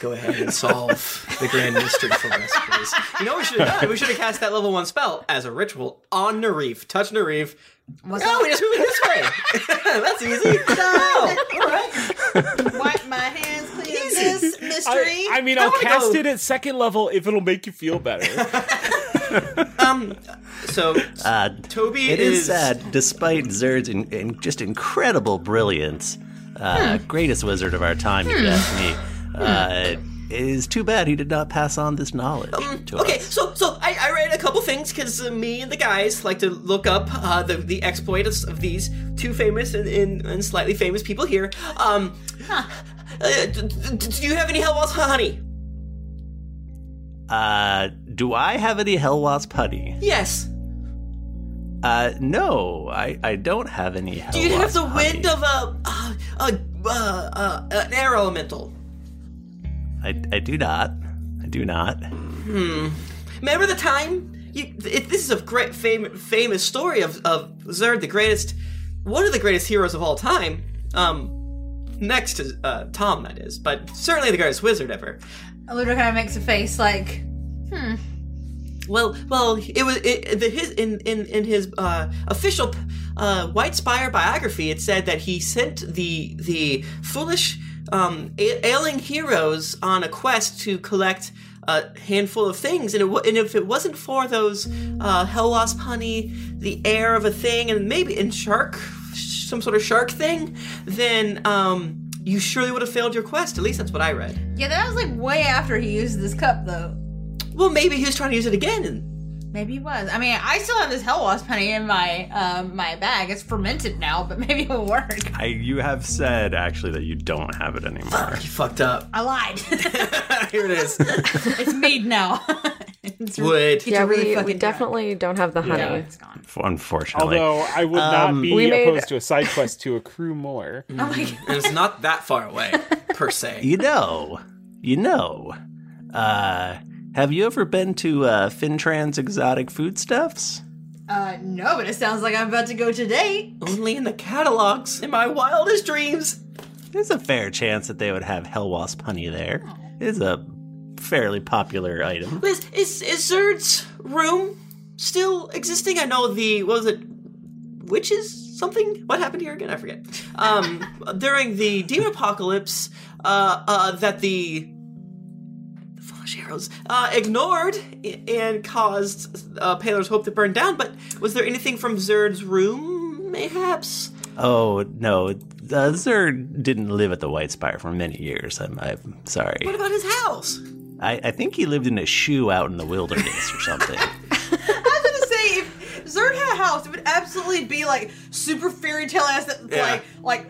Speaker 2: go ahead and solve the grand mystery for us, please. You know what we should have done? We should have cast that level one spell as a ritual on Narif. Touch Narif. oh, we just move it this way. [laughs] That's easy. [laughs]
Speaker 3: Wipe my hands clean of this mystery.
Speaker 7: I, I mean, I'll
Speaker 3: wanna
Speaker 7: cast
Speaker 3: go-
Speaker 7: it at second level if it'll make you feel better.
Speaker 2: So,
Speaker 1: Sad.
Speaker 2: Toby
Speaker 1: Uh, It is
Speaker 2: is-
Speaker 1: sad, despite Zerd's in, in just incredible brilliance, uh,
Speaker 8: Hmm.
Speaker 1: greatest wizard of our time, if
Speaker 2: Hmm.
Speaker 1: you ask me. Uh, it is too bad he did not pass on this knowledge to us.
Speaker 2: Um, Okay, so so I, I read a couple things because uh, me and the guys like to look up uh, the the exploits of these two famous and, and, and slightly famous people here. Um, uh, d- d- d- do you have any hell walls, honey?
Speaker 1: Uh, do I have any Hell Wasp honey?
Speaker 2: Yes.
Speaker 1: Uh, no, I, I don't have any Hell
Speaker 2: Do you have
Speaker 1: Wasp
Speaker 2: the
Speaker 1: honey.
Speaker 2: wind of a uh, a uh, uh, an air elemental?
Speaker 1: I, I do not. I do not.
Speaker 2: Hmm. Remember the time? You, it, this is a great fam- famous story of of Zerd, the greatest, one of the greatest heroes of all time. Um, next to uh, Tom, that is, but certainly the greatest wizard ever.
Speaker 3: Aludra kind of makes a face like, hmm.
Speaker 2: Well, well, it was it, the, his in in in his uh, official uh, White Spire biography. It said that he sent the the foolish um, a- ailing heroes on a quest to collect a handful of things, and, it, wa- and if it wasn't for those uh, hell wasp honey, the air of a thing, and maybe in shark some sort of shark thing, then um, you surely would have failed your quest. At least that's what I read.
Speaker 3: Yeah, that was like way after he used this cup, though.
Speaker 2: Well, maybe he was trying to use it again. and
Speaker 3: Maybe he was. I mean, I still have this hell wasp honey in my um, my bag. It's fermented now, but [laughs] maybe it'll work.
Speaker 8: I, you have said actually that you don't have it anymore.
Speaker 2: you fucked up.
Speaker 3: I lied. [laughs]
Speaker 2: Here it is.
Speaker 3: it's made
Speaker 6: [laughs]
Speaker 3: now. it's
Speaker 2: Would.
Speaker 6: yeah, we, we definitely don't have the honey.
Speaker 7: Yeah.
Speaker 8: Unfortunately,
Speaker 7: Although I would not
Speaker 8: Um,
Speaker 7: be
Speaker 6: we made-
Speaker 7: opposed to a side quest to accrue more.
Speaker 2: Oh my god. it's not that far away, per se.
Speaker 1: [laughs] You know, you know. Uh, have you ever been to uh, Fintrans Exotic Foodstuffs?
Speaker 3: Uh, no, but it sounds like I'm about to go today.
Speaker 2: Only in the catalogs [laughs] in my wildest dreams.
Speaker 1: There's a fair chance that they would have Hell Wasp honey there.
Speaker 2: Oh.
Speaker 1: It is a fairly popular item.
Speaker 2: Liz, is is Zerd's room still existing? I know the what was it, witches something? What happened here again? I forget. [laughs] Um, during the demon apocalypse, uh, uh, that the the foolish heroes uh, ignored i- and caused uh, Paler's hope to burn down. But was there anything from Zerd's room, mayhaps?
Speaker 1: Oh no, uh, Zerd didn't live at the White Spire for many years. I'm, I'm sorry.
Speaker 2: What about his house?
Speaker 1: I, I think he lived in a shoe out in the wilderness
Speaker 2: [laughs]
Speaker 1: or something.
Speaker 3: I was gonna say if Zerd had a house, it would absolutely be like super fairy tale esque,
Speaker 2: Yeah.
Speaker 3: like like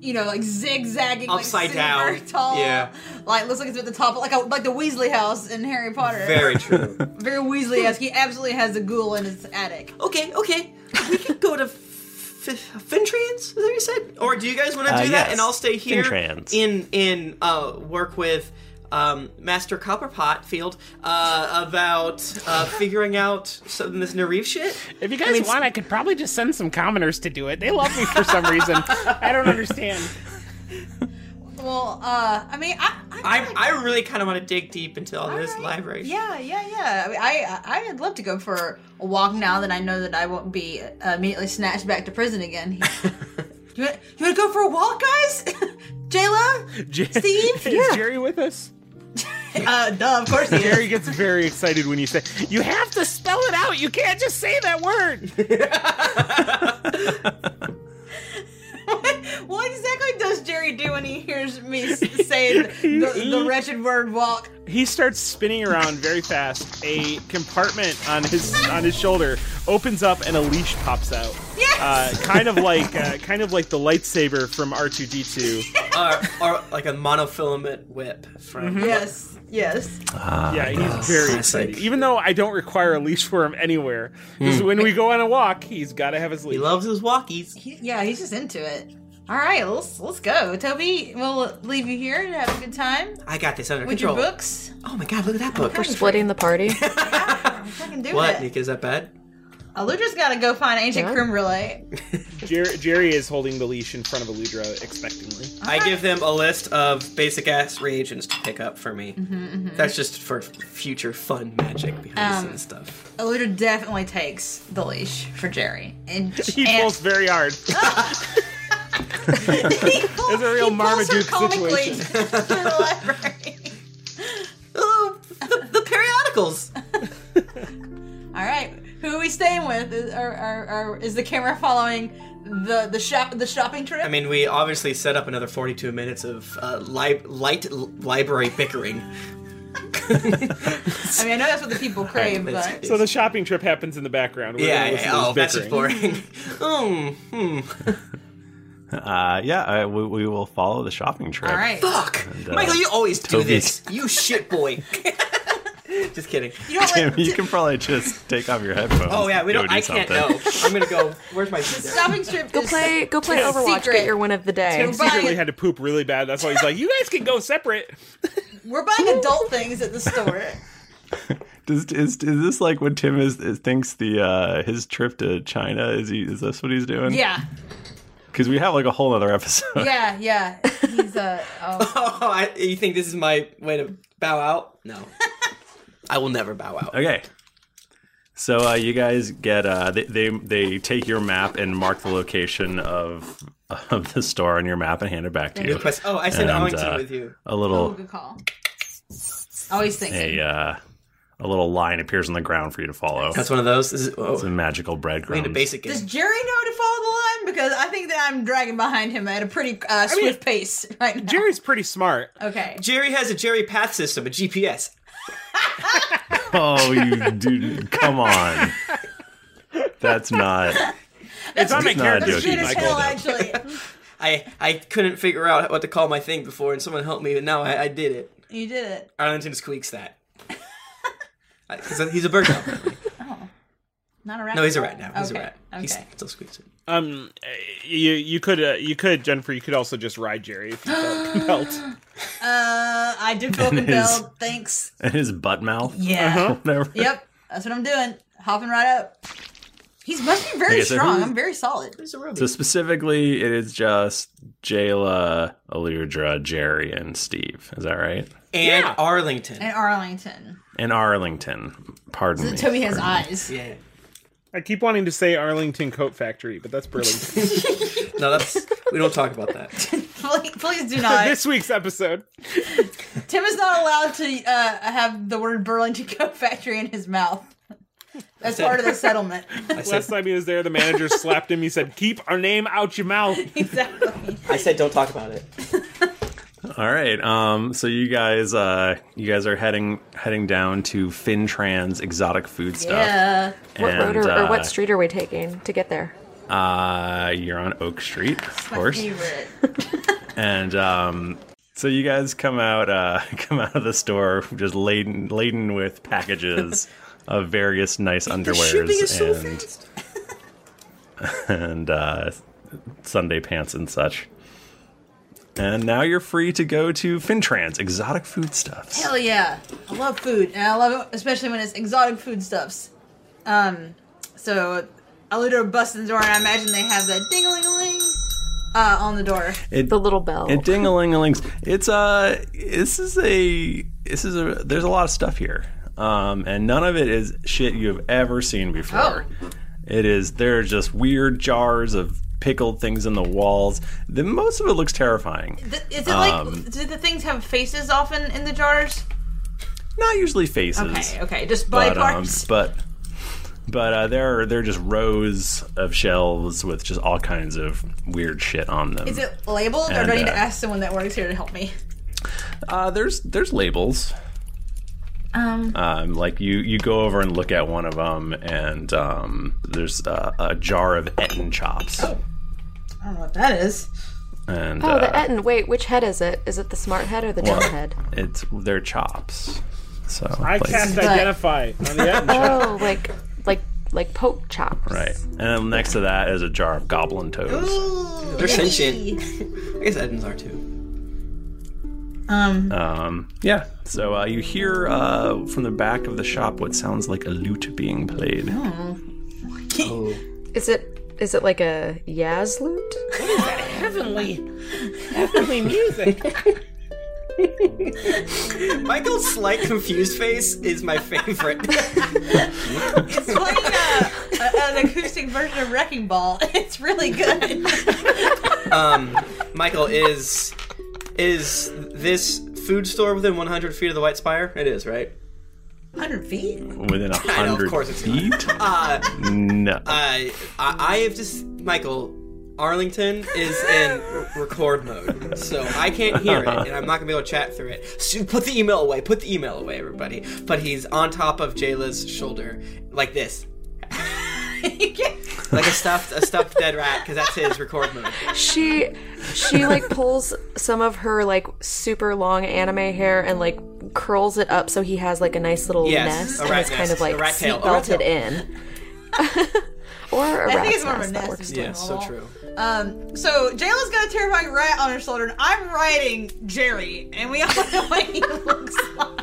Speaker 3: you know, like zigzagging,
Speaker 2: Upside
Speaker 3: like,
Speaker 2: down.
Speaker 3: super [laughs] tall,
Speaker 2: Yeah.
Speaker 3: like looks like it's at the top, like a, like the Weasley house in Harry Potter. [laughs]
Speaker 2: Very true.
Speaker 3: very Weasley esque. He absolutely has a ghoul in his attic.
Speaker 2: Okay, okay, we can go to Fintrans. Is that what you said? Or do you guys want to
Speaker 1: Uh,
Speaker 2: do that?
Speaker 1: yes.
Speaker 2: And I'll stay here
Speaker 1: Fintrans.
Speaker 2: in in uh, work with um, Master Copperpot Field uh, about uh, figuring out some this Nariv shit.
Speaker 5: If you guys want, I could probably just send some commoners to do it. They love me for some reason. I don't understand.
Speaker 3: [laughs] Well, uh, I mean, I,
Speaker 2: I I really kind of want to dig deep into all this library.
Speaker 3: yeah, yeah, yeah. I mean, I, I I'd love to go for a walk now that I know that I won't be uh, immediately snatched back to prison
Speaker 5: [laughs]
Speaker 3: again. you want you want to go for a walk, guys? [laughs] Jayla, Steve,
Speaker 5: [laughs] is Jerry with us?
Speaker 3: uh, duh, of
Speaker 5: [laughs]
Speaker 3: course he is.
Speaker 5: Jerry gets very excited when you say, "You have to spell it out. You can't just say that word."
Speaker 3: [laughs] What exactly does Jerry do when he hears
Speaker 5: [laughs]
Speaker 3: me s- say the, the wretched word walk?
Speaker 5: He starts spinning around very fast. A compartment on his on his shoulder opens up, and a leash pops out.
Speaker 3: Yes!
Speaker 5: Uh, kind of like uh, kind of like the lightsaber from R two D two.
Speaker 2: or, or like a monofilament whip from
Speaker 3: Mm-hmm. Yes, yes.
Speaker 5: Mm-hmm.
Speaker 2: Ah,
Speaker 5: Ah, yeah, he's very excited. Even though I don't require a leash for him anywhere, because
Speaker 2: Hmm.
Speaker 5: when we go on a walk, he's got to have his leash. He
Speaker 2: loves his walkies.
Speaker 3: He, yeah, he's just into it. All right, let's let's go, Toby. We'll leave you here to have a good time
Speaker 2: I got this under
Speaker 3: with
Speaker 2: control.
Speaker 3: your books.
Speaker 2: Oh my god, look at that book.
Speaker 3: We're
Speaker 6: splitting the party.
Speaker 3: I can do
Speaker 2: What,
Speaker 3: it.
Speaker 2: Nick? Is that bad?
Speaker 3: Aludra's got to go find ancient
Speaker 5: Yeah.
Speaker 3: creme brulee.
Speaker 5: Jer- Jerry is holding the leash in front of Aludra expectantly.
Speaker 2: I give them a list of basic ass reagents to pick up for me.
Speaker 3: Mm-hmm,
Speaker 2: That's just for f- future fun magic behind the
Speaker 3: Um,
Speaker 2: scenes stuff.
Speaker 3: Aludra definitely takes the leash for Jerry,
Speaker 5: [laughs]
Speaker 3: and
Speaker 5: He
Speaker 3: and-
Speaker 5: pulls very
Speaker 3: [laughs]
Speaker 5: hard. [laughs]
Speaker 3: It's
Speaker 5: a real Marmaduke
Speaker 3: comically [laughs]
Speaker 5: situation.
Speaker 2: Periodicals.
Speaker 3: All right, who are we staying with? Is, are, are, are, is the camera following the the shop the shopping trip?
Speaker 2: I mean, we obviously set up another 42 minutes of uh, li- light l- library bickering.
Speaker 3: I mean, I know that's what the people crave, but
Speaker 5: So the shopping trip happens in the background. We're
Speaker 2: Yeah,
Speaker 5: gonna listen
Speaker 2: yeah,
Speaker 5: to this
Speaker 2: oh, that's just [laughs] Mm,
Speaker 5: bickering.
Speaker 2: hmm.
Speaker 1: Uh, yeah, I, we, we will follow the shopping trip.
Speaker 2: All right. Fuck! Michael, you always do this. You shit boy. [laughs] just kidding.
Speaker 1: [laughs]
Speaker 3: You don't
Speaker 1: Tim, you can probably just take off your headphones.
Speaker 2: Oh yeah, we
Speaker 1: Go
Speaker 2: don't.
Speaker 1: do
Speaker 2: I can't know.
Speaker 1: something.
Speaker 2: I'm gonna go. Where's my
Speaker 3: shopping trip?
Speaker 6: Go play. Go
Speaker 2: [laughs]
Speaker 6: play
Speaker 5: It's a
Speaker 6: Overwatch.
Speaker 5: secret.
Speaker 6: Get your win of the day.
Speaker 5: Tim secretly had to poop really bad. That's why he's like, "You guys can go separate."
Speaker 3: we're
Speaker 5: [laughs]
Speaker 3: buying adult things at the store.
Speaker 9: Does, is, is this like what Tim is, is thinks the uh, his trip to China is? He, is this what he's doing?
Speaker 3: yeah,
Speaker 9: because we have like a whole other episode.
Speaker 3: yeah, yeah. He's uh, oh.
Speaker 5: [laughs]
Speaker 2: Oh, I, you think this is my way to bow out? No. I will never bow out.
Speaker 1: [laughs] Okay. So uh, you guys get uh, they, they they take your map and mark the location of [laughs] of the store on your map and hand it back to
Speaker 3: Good
Speaker 1: you.
Speaker 3: question. Oh, I
Speaker 1: And, uh,
Speaker 3: sent Ellington with you.
Speaker 1: A
Speaker 3: oh,
Speaker 1: little
Speaker 3: good call. Always thinking.
Speaker 1: a uh, a little line appears on the ground for you to follow.
Speaker 2: That's one of those. Is, oh.
Speaker 1: It's a magical breadcrumbs.
Speaker 2: basic
Speaker 3: Does Jerry know to follow the line? Because I think that I'm dragging behind him at a pretty uh, swift pace right now.
Speaker 5: Jerry's pretty smart.
Speaker 2: [laughs]
Speaker 3: Okay.
Speaker 2: Jerry has a Jerry Path system, a GPS.
Speaker 1: Oh, you dude! Come on. That's not.
Speaker 2: It's
Speaker 1: on my character sheet, Michael.
Speaker 3: actually.
Speaker 2: I, I couldn't figure out what to call my thing before, and someone helped me, but now I, I did it.
Speaker 3: You did it.
Speaker 2: Arlington squeaks that. I- 'cause he's a bird now.
Speaker 3: Not a [laughs] rat.
Speaker 2: No, he's a rat now. He's
Speaker 3: okay.
Speaker 2: a rat.
Speaker 3: Okay.
Speaker 2: He [laughs] still squeaks it.
Speaker 5: Um, you you could uh, you could Jennifer. You could also just ride Jerry if
Speaker 2: [gasps]
Speaker 5: you felt compelled.
Speaker 3: [gasps] Uh, I did feel
Speaker 1: And his-
Speaker 3: compelled. Thanks.
Speaker 1: And his butt mouth.
Speaker 3: Yeah. Uh-huh.
Speaker 1: Whatever.
Speaker 3: Yep, that's what I'm doing. Hopping right up. He must be very
Speaker 1: Okay, so
Speaker 3: strong.
Speaker 1: who's-
Speaker 3: I'm very solid. There's
Speaker 2: a
Speaker 1: So specifically, it is just Jayla, Aludra, Jerry, and Steve. Is that right?
Speaker 2: And Arlington.
Speaker 3: And Arlington.
Speaker 1: And Arlington. Pardon me.
Speaker 3: Toby has eyes.
Speaker 2: Yeah.
Speaker 5: I keep wanting to say Arlington Coat Factory, but
Speaker 2: [laughs]
Speaker 5: that's Burlington.
Speaker 2: no, that's we don't talk about that.
Speaker 3: [laughs] Please,
Speaker 5: [laughs]
Speaker 3: please do not.
Speaker 5: this week's episode.
Speaker 3: Tim is not allowed to uh, have the word Burlington [laughs] Coat Factory in his mouth. That's part of
Speaker 1: [laughs]
Speaker 3: the settlement.
Speaker 5: Last time he was there, the manager
Speaker 2: [laughs]
Speaker 5: slapped him. He said, "Keep our name out your mouth."
Speaker 3: Exactly.
Speaker 2: I said, don't talk about it.
Speaker 1: All right. Um, so you guys, uh, you guys are heading heading down to Fintrans exotic food stuff.
Speaker 6: Yeah. What road
Speaker 1: And,
Speaker 6: are, or
Speaker 1: uh,
Speaker 6: what street are we taking to get there?
Speaker 1: Uh, you're on Oak Street, of course. [laughs] and um, so you guys come out uh, [laughs] come out of the store just laden laden
Speaker 2: [laughs]
Speaker 1: with packages of various nice underwears
Speaker 2: shipping is so
Speaker 1: and [laughs] and uh, Sunday pants and such. And now you're free to go to Fintrans exotic food stuff.
Speaker 3: Hell yeah. I love food, and I love it, especially when it's exotic foodstuffs. Um, so Aludo busts in the door, and I imagine they have that ding a ling a ling uh, on the door.
Speaker 1: It,
Speaker 6: the little bell.
Speaker 1: It ding a ling a lings. It's uh this is a this is a there's a lot of stuff here. Um and none of it is shit you have ever seen before.
Speaker 3: Oh.
Speaker 1: It is there are just weird jars of pickled things in the walls. The most of it looks terrifying.
Speaker 3: Th- Is it like,
Speaker 1: Um,
Speaker 3: do the things have faces often in the jars?
Speaker 1: Not usually faces.
Speaker 3: Okay, okay, just body
Speaker 1: but,
Speaker 3: parts.
Speaker 1: Um, but but uh, there are there are just rows of shelves with just all kinds of weird shit on them.
Speaker 3: Is it labeled, or
Speaker 1: And,
Speaker 3: do I need
Speaker 1: uh,
Speaker 3: to ask someone that works here to help me?
Speaker 1: Uh, there's there's labels.
Speaker 3: Um,
Speaker 1: Um, like you, you go over and look at one of them, and um, there's uh, a jar of Etten chops,
Speaker 3: I don't know what that is.
Speaker 1: and
Speaker 6: oh,
Speaker 1: uh,
Speaker 6: the Etten. Wait, which head is it? Is it the smart head or the dumb
Speaker 1: well,
Speaker 6: head?
Speaker 1: It's their chops. So
Speaker 7: I
Speaker 1: like-
Speaker 7: cast identify on the Etten shop.
Speaker 6: Oh, [laughs] like like like poke chop.
Speaker 1: Right, and then next to that is a jar of goblin toes.
Speaker 2: They're sentient. I guess Edens are too.
Speaker 3: Um,
Speaker 1: Um, yeah. So uh, you hear uh, from the back of the shop what sounds like a lute being played.
Speaker 3: Hmm.
Speaker 1: Oh.
Speaker 6: Is it is it like a Yaz lute? What is that heavenly heavenly [laughs] music?
Speaker 3: [laughs]
Speaker 2: Michael's slight confused face is my favorite.
Speaker 3: It's like a, a- an acoustic version of Wrecking Ball. [laughs] It's really good.
Speaker 2: um, Michael is is this food store within 100 feet of the White Spire? It is, right?
Speaker 3: 100 feet?
Speaker 1: Within
Speaker 2: [laughs]
Speaker 1: a
Speaker 2: I know, of
Speaker 1: hundred
Speaker 2: course it's not.
Speaker 1: feet.
Speaker 2: Uh,
Speaker 1: No.
Speaker 2: I, I I have just Michael Arlington is in r- record mode, so I can't hear it, and I'm not gonna be able to chat through it. So put the email away. Put the email away, everybody. But he's on top of Jayla's shoulder, like this, [laughs] like a stuffed a stuffed dead rat, because that's his record mode.
Speaker 6: she she like pulls some of her like super long anime hair and like curls it up so he has like a nice little
Speaker 2: Yes,
Speaker 6: nest
Speaker 2: a
Speaker 6: and
Speaker 2: rat
Speaker 6: it's kind
Speaker 2: nest,
Speaker 6: of like
Speaker 2: a rat tail,
Speaker 6: seat
Speaker 2: a rat
Speaker 6: belted in. [laughs]
Speaker 2: [laughs]
Speaker 6: or a
Speaker 3: I
Speaker 6: rat's
Speaker 3: think it's more of a
Speaker 6: nest. That
Speaker 3: nest
Speaker 6: works
Speaker 3: than Yeah, so normal.
Speaker 2: true.
Speaker 3: Um, so Jayla's got a terrifying rat on her shoulder, and I'm riding Jerry, and we all know [laughs] what he looks like.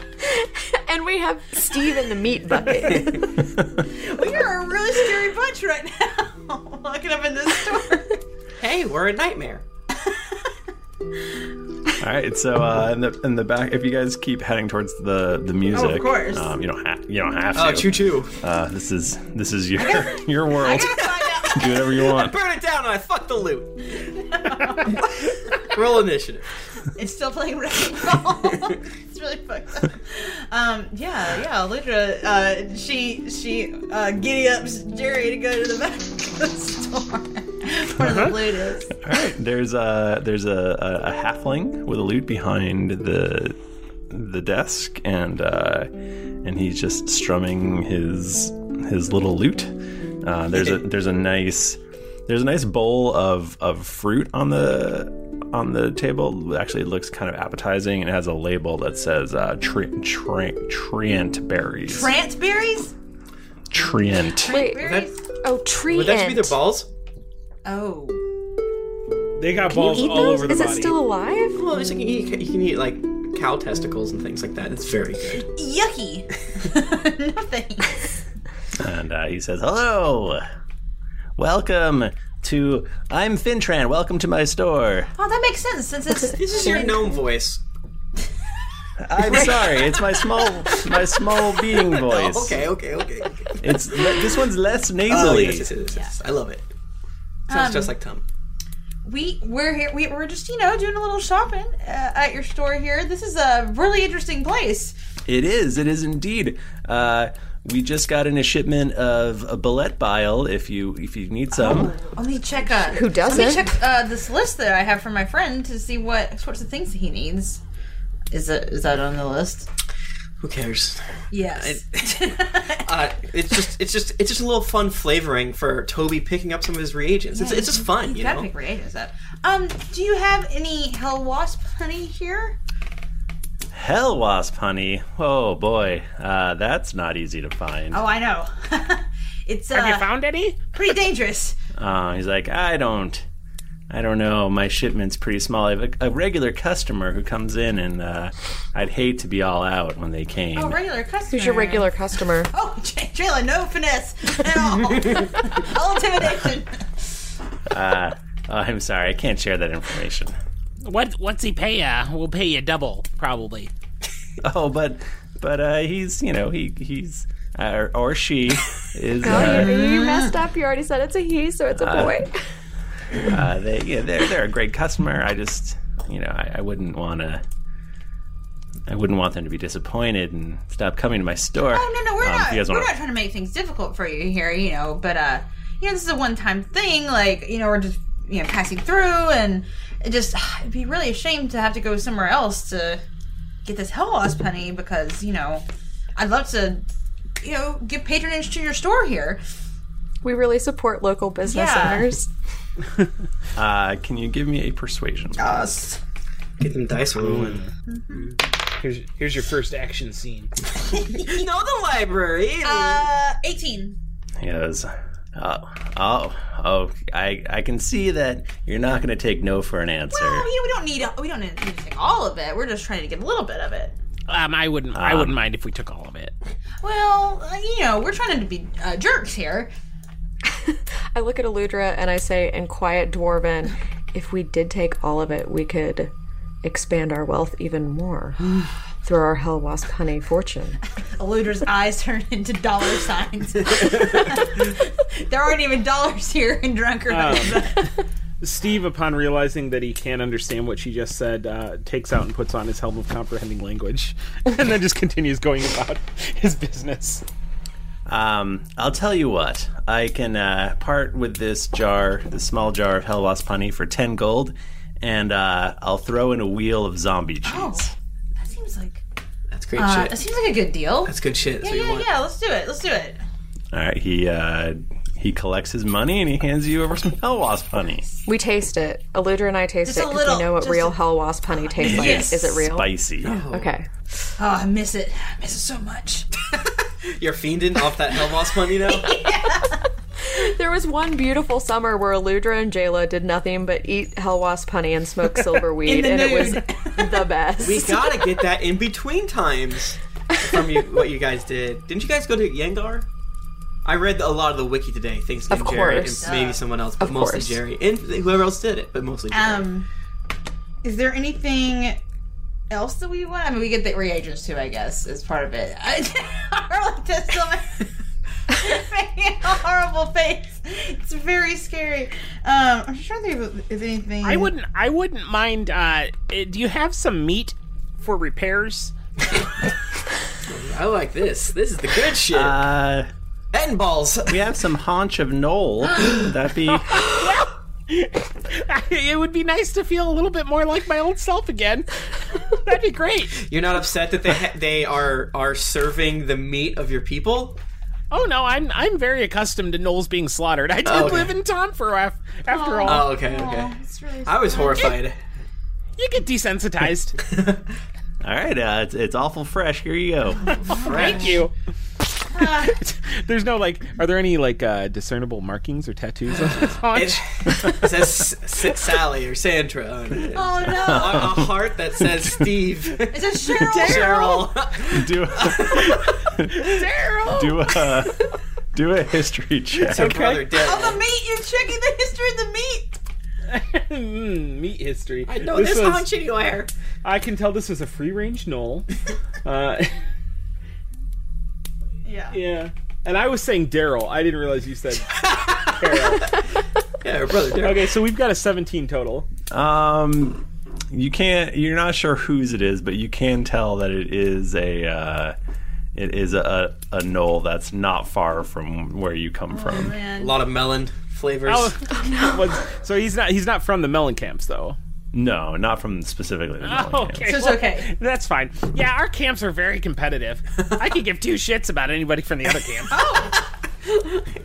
Speaker 6: and we have Steve in the meat bucket.
Speaker 3: [laughs] we are a [laughs] really scary bunch right now. [laughs] Looking up in this store.
Speaker 2: Hey, we're a nightmare.
Speaker 1: All right, so uh, in the in the back, if you guys keep heading towards the the music,
Speaker 3: course.
Speaker 1: Um, you don't ha- you don't have to.
Speaker 2: Oh, choo choo.
Speaker 1: Uh, this is this is your [laughs] your world. Do whatever you
Speaker 2: I
Speaker 1: want.
Speaker 2: burn it down and I fuck the loot. [laughs] Roll initiative.
Speaker 3: It's still playing [laughs] Wrecking Ball. it's really fucked up. Um, yeah, yeah. Ludra, uh, she she uh, giddy ups Jerry to go to the back of the store where the loot is.
Speaker 1: All right, there's a there's a, a, a halfling with a lute behind the the desk, and uh, and he's just strumming his his little lute. Uh, there's a there's a nice there's a nice bowl of of fruit on the on the table. Actually, it looks kind of appetizing, and it has a label that says uh, tri- tri- treant berries.
Speaker 3: Trant berries?
Speaker 1: Treant.
Speaker 6: Wait, oh, tree.
Speaker 2: Would that just be their balls?
Speaker 3: Oh.
Speaker 7: They got
Speaker 2: Can you
Speaker 7: balls
Speaker 2: eat
Speaker 7: all
Speaker 2: those?
Speaker 7: over the
Speaker 2: Is it
Speaker 7: body.
Speaker 2: still
Speaker 6: alive?
Speaker 2: Well, there's like, you, can, you can eat like cow testicles and things like that. It's very good.
Speaker 3: Yucky.
Speaker 1: And uh, he says, "Hello, welcome to I'm Fintran. Welcome to my store.
Speaker 3: Oh, that makes sense since it's
Speaker 2: This is your gnome [laughs] voice. [laughs]
Speaker 1: I'm sorry, it's my small my small being voice.
Speaker 2: Oh, okay, okay, okay.
Speaker 1: It's le- this one's less
Speaker 2: Oh,
Speaker 1: nasally.
Speaker 2: yes, yes, yes, yes. I love it. Sounds
Speaker 3: Um,
Speaker 2: just like Tom.
Speaker 3: we we're here we, we're just you know doing a little shopping uh, at your store here this is a really interesting place
Speaker 1: It is. It is indeed. Uh, we just got in a shipment of a bullet bile. If you if you need
Speaker 2: Oh.
Speaker 1: some,
Speaker 3: Let me check. Uh,
Speaker 6: Who doesn't?
Speaker 3: Let me check uh, this list that I have for my friend to see what sorts of things he needs. Is that is that on the list?
Speaker 2: Who cares?
Speaker 3: Yes.
Speaker 2: Uh, it's just it's just it's just a little fun flavoring for Toby picking up some of his reagents. It's,
Speaker 3: Yeah,
Speaker 2: it's just fun,
Speaker 3: You've
Speaker 2: you
Speaker 3: gotta
Speaker 2: know.
Speaker 3: pick reagents up. Um, do you have any hell wasp honey here?
Speaker 1: hell wasp honey. Oh boy, uh, that's not easy to find.
Speaker 3: Oh, I know. [laughs] it's. Uh,
Speaker 1: Have you
Speaker 5: found any?
Speaker 3: Pretty dangerous.
Speaker 1: Uh, he's like, I don't, I don't know. My shipment's pretty small. I have a, a regular customer who comes in, and uh, I'd hate to be all out when they came.
Speaker 3: Oh, regular customer.
Speaker 6: Who's your regular customer?
Speaker 3: Oh, [laughs] J- Jayla, no finesse at all. [laughs] all intimidation.
Speaker 1: uh, oh, I'm sorry, I can't share that
Speaker 3: [laughs]
Speaker 1: information.
Speaker 5: What? What's he pay ya? We'll pay you double, probably.
Speaker 1: Oh, but but uh, he's you know he he's uh, or she
Speaker 3: [laughs]
Speaker 1: is
Speaker 6: Oh, you,
Speaker 1: uh,
Speaker 6: you messed up. You already said it's a he, so it's a
Speaker 1: Uh,
Speaker 6: boy.
Speaker 1: uh, they yeah they're they're a great customer. I just you know I, I wouldn't want to. I wouldn't want them to be disappointed and stop coming to my store.
Speaker 3: Oh no, no, we're
Speaker 1: Um, if
Speaker 3: not.
Speaker 1: you guys
Speaker 3: We're
Speaker 1: wanna-
Speaker 3: not trying to make things difficult for you here, you know. But uh, you know, this is a one-time thing. Like, you know, we're just you know passing through, and it just [sighs] it'd be really a shame to have to go somewhere else to get this hell wasp honey because you know I'd love to you know give patronage to your store here.
Speaker 6: We really support local business
Speaker 3: Yeah.
Speaker 6: owners.
Speaker 1: Uh, can you give me a persuasion?
Speaker 3: Yes.
Speaker 2: Get them dice rolling.
Speaker 5: Here's here's your first action scene.
Speaker 2: [laughs] you know the library.
Speaker 3: Uh, eighteen.
Speaker 1: He goes, oh, oh, oh, I, I can see that you're not going to take no for an answer.
Speaker 3: Well, you know, Oh, we don't need we don't need to take all of it. We're just trying to get a little bit of it.
Speaker 5: Um, I wouldn't. I wouldn't mind if we took all of it.
Speaker 3: Well, uh, you know, we're trying to be uh, jerks here.
Speaker 6: I look at Eludra and I say in quiet dwarven, if we did take all of it, we could expand our wealth
Speaker 2: [sighs]
Speaker 6: even more through our hell wasp honey fortune.
Speaker 3: Eluder's eyes turn [laughs] into dollar signs. [laughs] there aren't even dollars here in Drunkard.
Speaker 5: Oh.
Speaker 7: Steve, upon realizing that he can't understand what she just said, uh, takes out and puts on his helm of comprehending language, [laughs] and then just continues going about [laughs] his business.
Speaker 1: Um, I'll tell you what, I can uh, part with this jar, this small jar of hell wasp honey for 10 gold, and uh, I'll throw in a wheel of zombie cheese.
Speaker 3: oh, that seems like
Speaker 2: that's
Speaker 1: great
Speaker 3: uh,
Speaker 1: shit.
Speaker 3: That seems like a good deal.
Speaker 1: That's good shit.
Speaker 3: Yeah, yeah, yeah. Let's do it. Let's do it.
Speaker 1: All right, he, uh, he collects his money and he hands you over some hell wasp honey.
Speaker 6: We taste it. Eludra and I taste
Speaker 3: Just
Speaker 6: it
Speaker 3: a
Speaker 6: because
Speaker 3: little-
Speaker 6: we know what
Speaker 3: just
Speaker 6: real
Speaker 3: a-
Speaker 6: [laughs] hell wasp honey tastes like.
Speaker 1: Yes.
Speaker 6: Is it real?
Speaker 1: Spicy.
Speaker 6: Okay.
Speaker 3: Oh, I miss it. I miss it so much.
Speaker 2: You're fiending off that hell boss money now.
Speaker 6: [laughs] There was one beautiful summer where Eludra and Jayla did nothing but eat hell wasp honey and [laughs] smoke silver weed,
Speaker 2: the
Speaker 6: and it was
Speaker 2: nude.
Speaker 6: [laughs] the best.
Speaker 2: We gotta get that in between times from you, what you guys did. Didn't you guys go to Yengar? I read a lot of the wiki today. Thanks to
Speaker 6: Of
Speaker 2: Jerry and
Speaker 6: course.
Speaker 2: maybe someone else, but
Speaker 6: Of
Speaker 2: mostly
Speaker 6: course.
Speaker 2: Jerry and whoever else did it, but mostly Jerry.
Speaker 3: Um, is there anything else that we want? I mean, we get the reagents too, I guess, is part of it. I, [laughs] Arlington's still making a [laughs] horrible face. It's very scary. Um, I'm sure there is anything.
Speaker 5: I wouldn't. I wouldn't mind. Uh, uh, do you have some meat for repairs? [laughs]
Speaker 2: I like this. This is the good shit.
Speaker 1: Uh,
Speaker 2: End balls.
Speaker 1: We have some haunch of knoll. Would that be.
Speaker 5: it would be nice to feel a little bit more like my old self again. That'd be great.
Speaker 2: You're not upset that they ha- they are are serving the meat of your people?
Speaker 5: Oh no, I'm I'm very accustomed to Knowles being slaughtered. I did
Speaker 2: Oh, okay.
Speaker 5: live in Tom for af- after all.
Speaker 2: Oh, okay, okay. [laughs] I was horrified.
Speaker 5: You get desensitized.
Speaker 2: [laughs]
Speaker 5: [laughs]
Speaker 1: All right, uh, it's, it's awful fresh. Here you
Speaker 7: [laughs]
Speaker 1: go.
Speaker 5: Thank you. There's no like. Are there any like uh, discernible markings or tattoos on
Speaker 7: [laughs]
Speaker 5: his haunch?
Speaker 2: It says S- S- Sally or Sandra on it.
Speaker 3: Oh no!
Speaker 2: A, a heart that says Steve.
Speaker 3: It's a
Speaker 2: Cheryl.
Speaker 1: do
Speaker 5: Daryl.
Speaker 1: do a do a history check.
Speaker 2: It's her brother Daryl.
Speaker 3: Oh, the meat! You're checking the history of the meat.
Speaker 7: Mm, meat history. I
Speaker 2: know this haunch anywhere.
Speaker 7: I can tell this was a free range knoll. uh, [laughs]
Speaker 3: yeah.
Speaker 7: Yeah. And I was saying Daryl. I didn't realize
Speaker 2: [laughs]
Speaker 7: you said
Speaker 2: Yeah, her brother Daryl.
Speaker 7: Okay, so we've got a 17 total.
Speaker 1: Um, you can't you're not sure whose it is but you can tell that it is a uh, it is a, a knoll that's not far from where you come from
Speaker 2: A lot of melon flavors.
Speaker 7: [laughs] Was- so he's not he's not from the melon camps though.
Speaker 1: no not from specifically the melon
Speaker 7: Oh,
Speaker 1: camp.
Speaker 7: okay.
Speaker 3: So it's
Speaker 7: well,
Speaker 3: okay.
Speaker 7: That's fine. Yeah, our camps are
Speaker 2: [laughs]
Speaker 7: very competitive. I could give two shits about anybody from the other
Speaker 3: [laughs]
Speaker 7: camp. oh.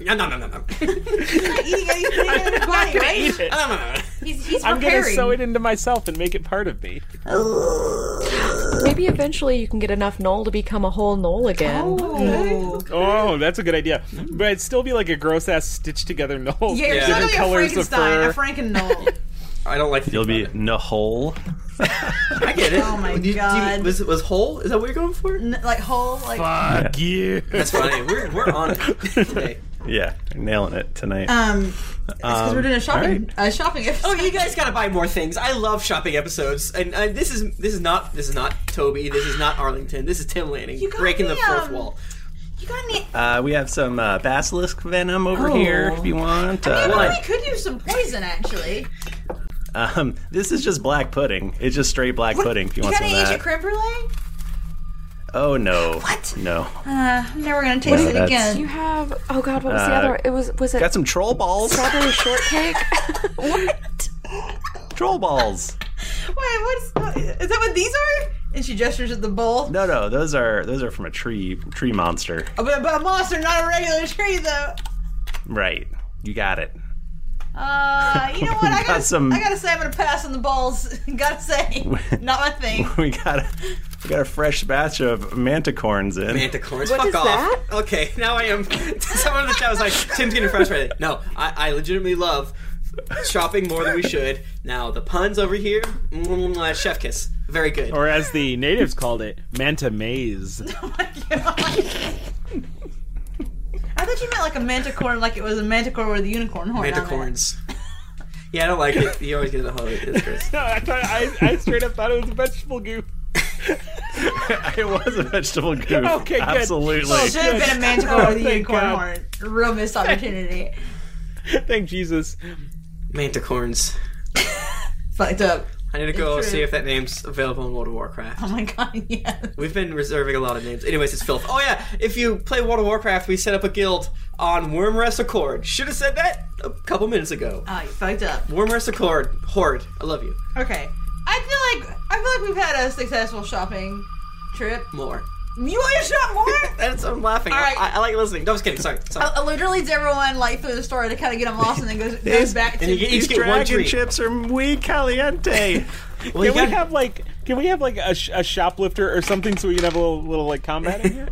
Speaker 2: No, no, no, no, no.
Speaker 3: eating anything out of his body,
Speaker 7: gonna
Speaker 3: right?
Speaker 7: eat it.
Speaker 2: No, no, no, no.
Speaker 3: He's, he's
Speaker 7: I'm gonna
Speaker 3: preparing.
Speaker 7: sew it into myself and make it part of me.
Speaker 6: [laughs] Maybe eventually you can get enough knoll to become a whole knoll again.
Speaker 7: Oh, that's a good idea. But it'd still be like a gross ass stitched together knoll.
Speaker 3: Yeah, you're
Speaker 7: Different
Speaker 3: suddenly a
Speaker 7: colors of
Speaker 3: Frankenstein,
Speaker 7: fur.
Speaker 3: a Franken-Knoll.
Speaker 2: I don't like.
Speaker 1: You'll be Nahole.
Speaker 2: I get it. Oh
Speaker 3: my
Speaker 2: god. was was whole? Is that what you're going for?
Speaker 3: like whole, like.
Speaker 1: Fuck
Speaker 7: you.
Speaker 2: That's funny. We're we're on it.
Speaker 3: [laughs]
Speaker 1: Yeah, nailing it tonight.
Speaker 3: Um, because we're doing a shopping uh, shopping episode.
Speaker 2: Oh, you guys gotta buy more things. I love shopping episodes, and uh, this is this is not this is not Toby. This is not Arlington. This is Tim Lanning
Speaker 3: You got
Speaker 2: breaking the
Speaker 3: me,
Speaker 2: fourth
Speaker 3: um,
Speaker 2: wall.
Speaker 3: You got any?
Speaker 1: Uh, we have some uh, basilisk venom over
Speaker 3: Oh.
Speaker 1: here if you want. Uh,
Speaker 3: I mean, we could use some poison actually.
Speaker 1: Um, this is just black pudding. It's just straight black pudding. If you,
Speaker 3: You
Speaker 1: want
Speaker 3: got
Speaker 1: some of
Speaker 3: any Asian
Speaker 1: that.
Speaker 3: creme brulee?
Speaker 1: oh no. What? No.
Speaker 3: Uh, I'm never gonna taste
Speaker 1: No,
Speaker 3: it
Speaker 1: that's-
Speaker 3: again.
Speaker 6: You have oh god, what was the
Speaker 1: Uh,
Speaker 6: other? It was was it
Speaker 1: Got some troll balls. [laughs]
Speaker 6: strawberry shortcake?
Speaker 1: troll balls.
Speaker 3: Wait, what's is that? What these are? And she gestures at the bowl.
Speaker 1: No, no. Those are those are from a tree tree monster.
Speaker 3: Oh, but, but a monster, not a regular tree though.
Speaker 1: Right. You got it. [laughs]
Speaker 2: [laughs]
Speaker 3: Uh, you know what? I
Speaker 1: Got
Speaker 3: gotta,
Speaker 1: some-
Speaker 3: I gotta say, I'm gonna pass on the balls. [laughs] gotta say,
Speaker 2: [laughs]
Speaker 3: not my thing.
Speaker 1: We got a we got a fresh batch of manticorns in.
Speaker 2: Manticorns, fuck off. Okay, [laughs] now I am. Someone in the chat was like, "Tim's getting frustrated." No, I, I legitimately love shopping more than we should. Now the puns over here, mm, uh, chef kiss, very good.
Speaker 7: Or as the natives called it, manta [laughs] maze.
Speaker 3: I thought you meant like a manticore, like it was a manticore with a unicorn horn. on it. [laughs]
Speaker 2: Manticorns. [laughs] Yeah, I don't like it. You always get it hard. It's gross.
Speaker 7: no, I, thought, I, I straight up thought it was vegetable goo.
Speaker 1: [laughs] it was a vegetable goo.
Speaker 7: Okay, good.
Speaker 1: Absolutely.
Speaker 3: Well, it should have been
Speaker 7: [laughs]
Speaker 3: a manticore with a
Speaker 7: Oh, Thank
Speaker 3: unicorn
Speaker 7: God.
Speaker 3: horn. Real missed opportunity.
Speaker 7: [laughs] Thank Jesus.
Speaker 2: Manticorns.
Speaker 3: Fucked up.
Speaker 2: I need to go
Speaker 3: It's true.
Speaker 2: see if that name's available in World of Warcraft.
Speaker 3: Oh my god, yeah.
Speaker 2: We've been reserving a lot of names. Anyways, it's filth. Oh yeah, if you play World of Warcraft, we set up a guild on Wormrest Accord. Should have said that a couple minutes ago.
Speaker 3: Oh, you fucked up.
Speaker 2: Wormrest Accord, Horde. I love you.
Speaker 3: Okay. I feel like I feel like we've had a successful shopping trip.
Speaker 2: More.
Speaker 3: You want to shop more?
Speaker 2: [laughs] That's I'm laughing.
Speaker 3: All right.
Speaker 2: I, I like listening. No, I was kidding. Sorry. Sorry.
Speaker 3: I, I literally leads everyone like through the story to kind of get them lost, and then
Speaker 2: [laughs]
Speaker 3: goes goes back to.
Speaker 2: and you get-
Speaker 1: These
Speaker 2: each get one
Speaker 1: dragon
Speaker 2: treat.
Speaker 1: chips are muy
Speaker 2: [laughs]
Speaker 1: caliente.
Speaker 7: can we have like can we have like a, sh- a shoplifter or something so we can have a little, little like combat
Speaker 2: [laughs]
Speaker 7: in here?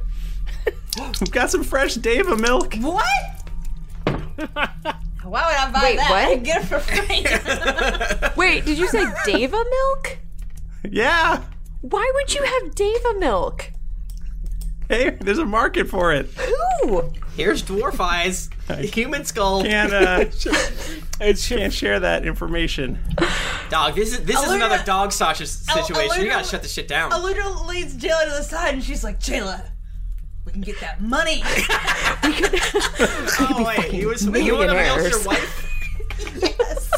Speaker 1: We've got some fresh Dava milk.
Speaker 3: What? Why would I buy
Speaker 6: Wait,
Speaker 3: that?
Speaker 6: what?
Speaker 3: I [laughs] get it for free.
Speaker 6: Wait, did you
Speaker 3: [laughs]
Speaker 6: say Deva milk?
Speaker 1: Yeah.
Speaker 6: Why would you have Deva milk?
Speaker 1: Hey, there's a market for it.
Speaker 6: Ooh.
Speaker 2: Here's dwarf eyes, human skull.
Speaker 1: Can't
Speaker 2: [laughs]
Speaker 1: uh, can't share that information.
Speaker 2: Dog. This is this is
Speaker 3: Aluna-
Speaker 2: another dog sausage
Speaker 3: Al-
Speaker 2: situation. we
Speaker 3: Aluna-
Speaker 2: gotta shut this shit down.
Speaker 3: Aludra leads Jayla to the side, and she's like, "Jayla, we can get
Speaker 2: [laughs]
Speaker 3: that money."
Speaker 2: oh wait, you was you want to announce your
Speaker 6: millionaires.
Speaker 2: wife? yes.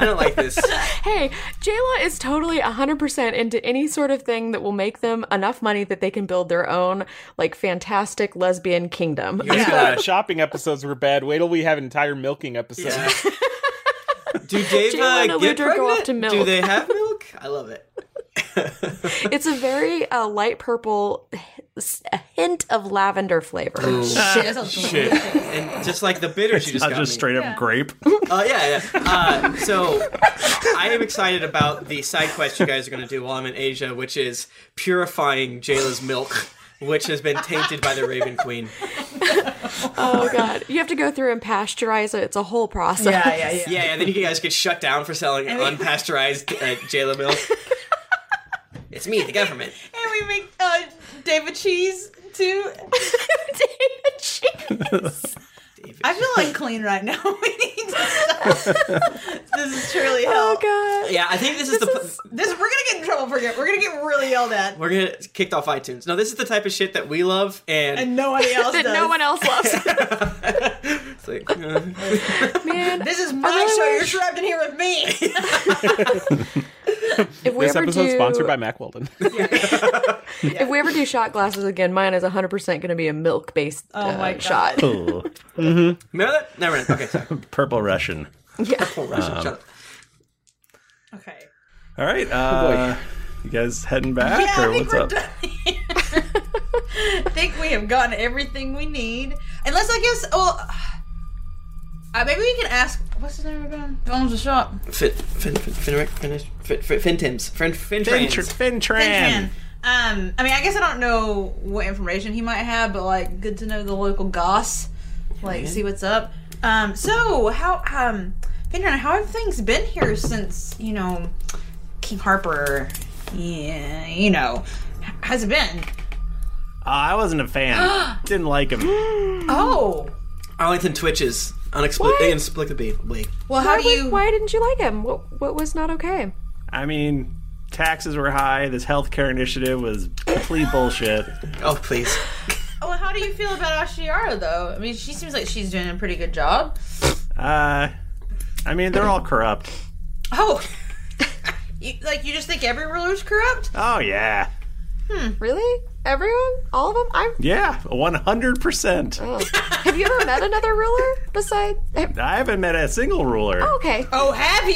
Speaker 2: I don't like this.
Speaker 6: [laughs] Hey, Jayla is totally 100% into any sort of thing that will make them enough money that they can build their own, like, fantastic lesbian kingdom.
Speaker 7: You thought shopping episodes were bad. Wait till we have entire milking episodes. [laughs]
Speaker 2: Do Dave
Speaker 6: Jayla and
Speaker 2: uh, get
Speaker 6: Aludra go
Speaker 2: pregnant?
Speaker 6: off to milk.
Speaker 2: Do they have milk? I love it.
Speaker 6: [laughs] It's a very uh, light purple, h- a hint of lavender flavor.
Speaker 2: Ooh.
Speaker 6: Shit.
Speaker 2: Oh, Shit. And just like the bitter, she just
Speaker 1: Not
Speaker 2: got
Speaker 1: just
Speaker 2: me.
Speaker 1: straight up grape.
Speaker 2: [laughs] Uh, yeah, yeah. Uh, so I am excited about the side quest you guys are going to do while I'm in Asia, which is purifying Jayla's milk, which has been tainted by the Raven Queen.
Speaker 6: Oh, God. You have to go through and pasteurize it. It's a whole process.
Speaker 2: Yeah, yeah. Then you guys get shut down for selling unpasteurized uh, Jayla [laughs] milk. It's me, the [laughs] government.
Speaker 3: and we make uh, David cheese
Speaker 6: [laughs]
Speaker 3: too. David cheese. I feel unclean right now. [laughs] We need to stop. this is truly hell.
Speaker 6: Oh god.
Speaker 2: Yeah, I think this is the.
Speaker 3: This we're gonna get in trouble for it. We're gonna get really yelled at,
Speaker 2: We're gonna get kicked off iTunes. No, this is the type of shit that we love, and,
Speaker 3: and
Speaker 6: [laughs]
Speaker 3: nobody else
Speaker 6: That
Speaker 3: does.
Speaker 6: no one else loves.
Speaker 2: [laughs] it's like, uh,
Speaker 6: Man,
Speaker 2: [laughs]
Speaker 3: This is my show. You're trapped in here with me.
Speaker 6: [laughs] If we
Speaker 7: this
Speaker 6: ever
Speaker 7: episode
Speaker 6: do-
Speaker 7: sponsored by Mac Weldon.
Speaker 6: If we ever do shot glasses again, mine is 100% going to be a milk based
Speaker 2: Oh my
Speaker 6: uh,
Speaker 2: God.
Speaker 6: shot.
Speaker 1: mm-hmm.
Speaker 2: Remember that? Never mind. Okay, sorry.
Speaker 1: [laughs] Purple Russian.
Speaker 2: [laughs]
Speaker 6: Yeah.
Speaker 2: Russian,
Speaker 1: Um,
Speaker 2: shut up.
Speaker 1: All right.
Speaker 2: Oh, boy.
Speaker 1: Uh, you guys heading back
Speaker 3: yeah,
Speaker 1: or
Speaker 3: I think
Speaker 1: what's
Speaker 3: we're
Speaker 1: up? Uh,
Speaker 3: done. [laughs] I think we have gotten everything we need. Unless I guess, well, uh, maybe we can ask. What's his name again? The one with the shop.
Speaker 2: Fin, fin, fin, Finric, Finish, Fin, Fin, Fintims, Fin, Fin,
Speaker 1: Fin-
Speaker 2: Trans.
Speaker 3: Fin Tran. Um, I mean, I guess I don't know what information he might have, but like, good to know the local goss. Like,
Speaker 2: Yeah.
Speaker 3: see what's up. Um, so how um, Fin Tran, how have things been here since you know King Harper? Yeah, you know, h- how's it been?
Speaker 1: Uh, I wasn't a
Speaker 2: [gasps]
Speaker 1: fan. Didn't like him.
Speaker 3: Oh,
Speaker 2: Arlington twitches inexplicably. inexplicably.
Speaker 3: well,
Speaker 6: how do you? Why didn't you like him? What what was not okay?
Speaker 1: I mean, taxes were high. This healthcare initiative was complete bullshit.
Speaker 2: Oh, please.
Speaker 3: well, how do you feel about Ashiara though? I mean, she seems like she's doing a pretty good job.
Speaker 1: Uh, I mean, they're all corrupt.
Speaker 3: Oh, [laughs] you, like you just think every ruler's corrupt?
Speaker 1: Oh, yeah.
Speaker 6: Hmm. Really? Everyone? All of them? I'm.
Speaker 1: Yeah, 100%.
Speaker 6: Oh. Have you ever met another ruler beside?
Speaker 1: I haven't met a single ruler.
Speaker 6: Oh, okay.
Speaker 3: Oh, have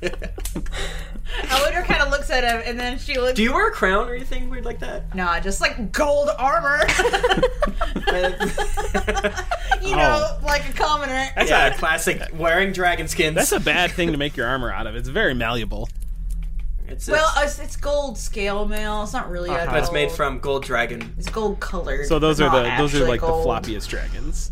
Speaker 6: [laughs]
Speaker 3: you? [laughs] Eleanor kind of looks at him, and then she looks.
Speaker 2: Do you wear a crown or anything weird like that?
Speaker 3: Nah, just like gold
Speaker 2: [laughs]
Speaker 3: armor. you know, like a commoner.
Speaker 2: Oh. That's [laughs]
Speaker 7: [laughs]
Speaker 2: yeah, classic wearing dragon skins.
Speaker 7: That's a bad thing to make your armor out of. It's very malleable.
Speaker 2: It's,
Speaker 3: Well, it's, it's gold scale mail. It's not really. a
Speaker 2: but it's Uh-huh. made
Speaker 3: gold.
Speaker 2: from gold dragon.
Speaker 3: It's gold colored.
Speaker 7: So those are
Speaker 3: not
Speaker 7: the those are
Speaker 3: actually
Speaker 7: like
Speaker 3: gold.
Speaker 7: the floppiest dragons.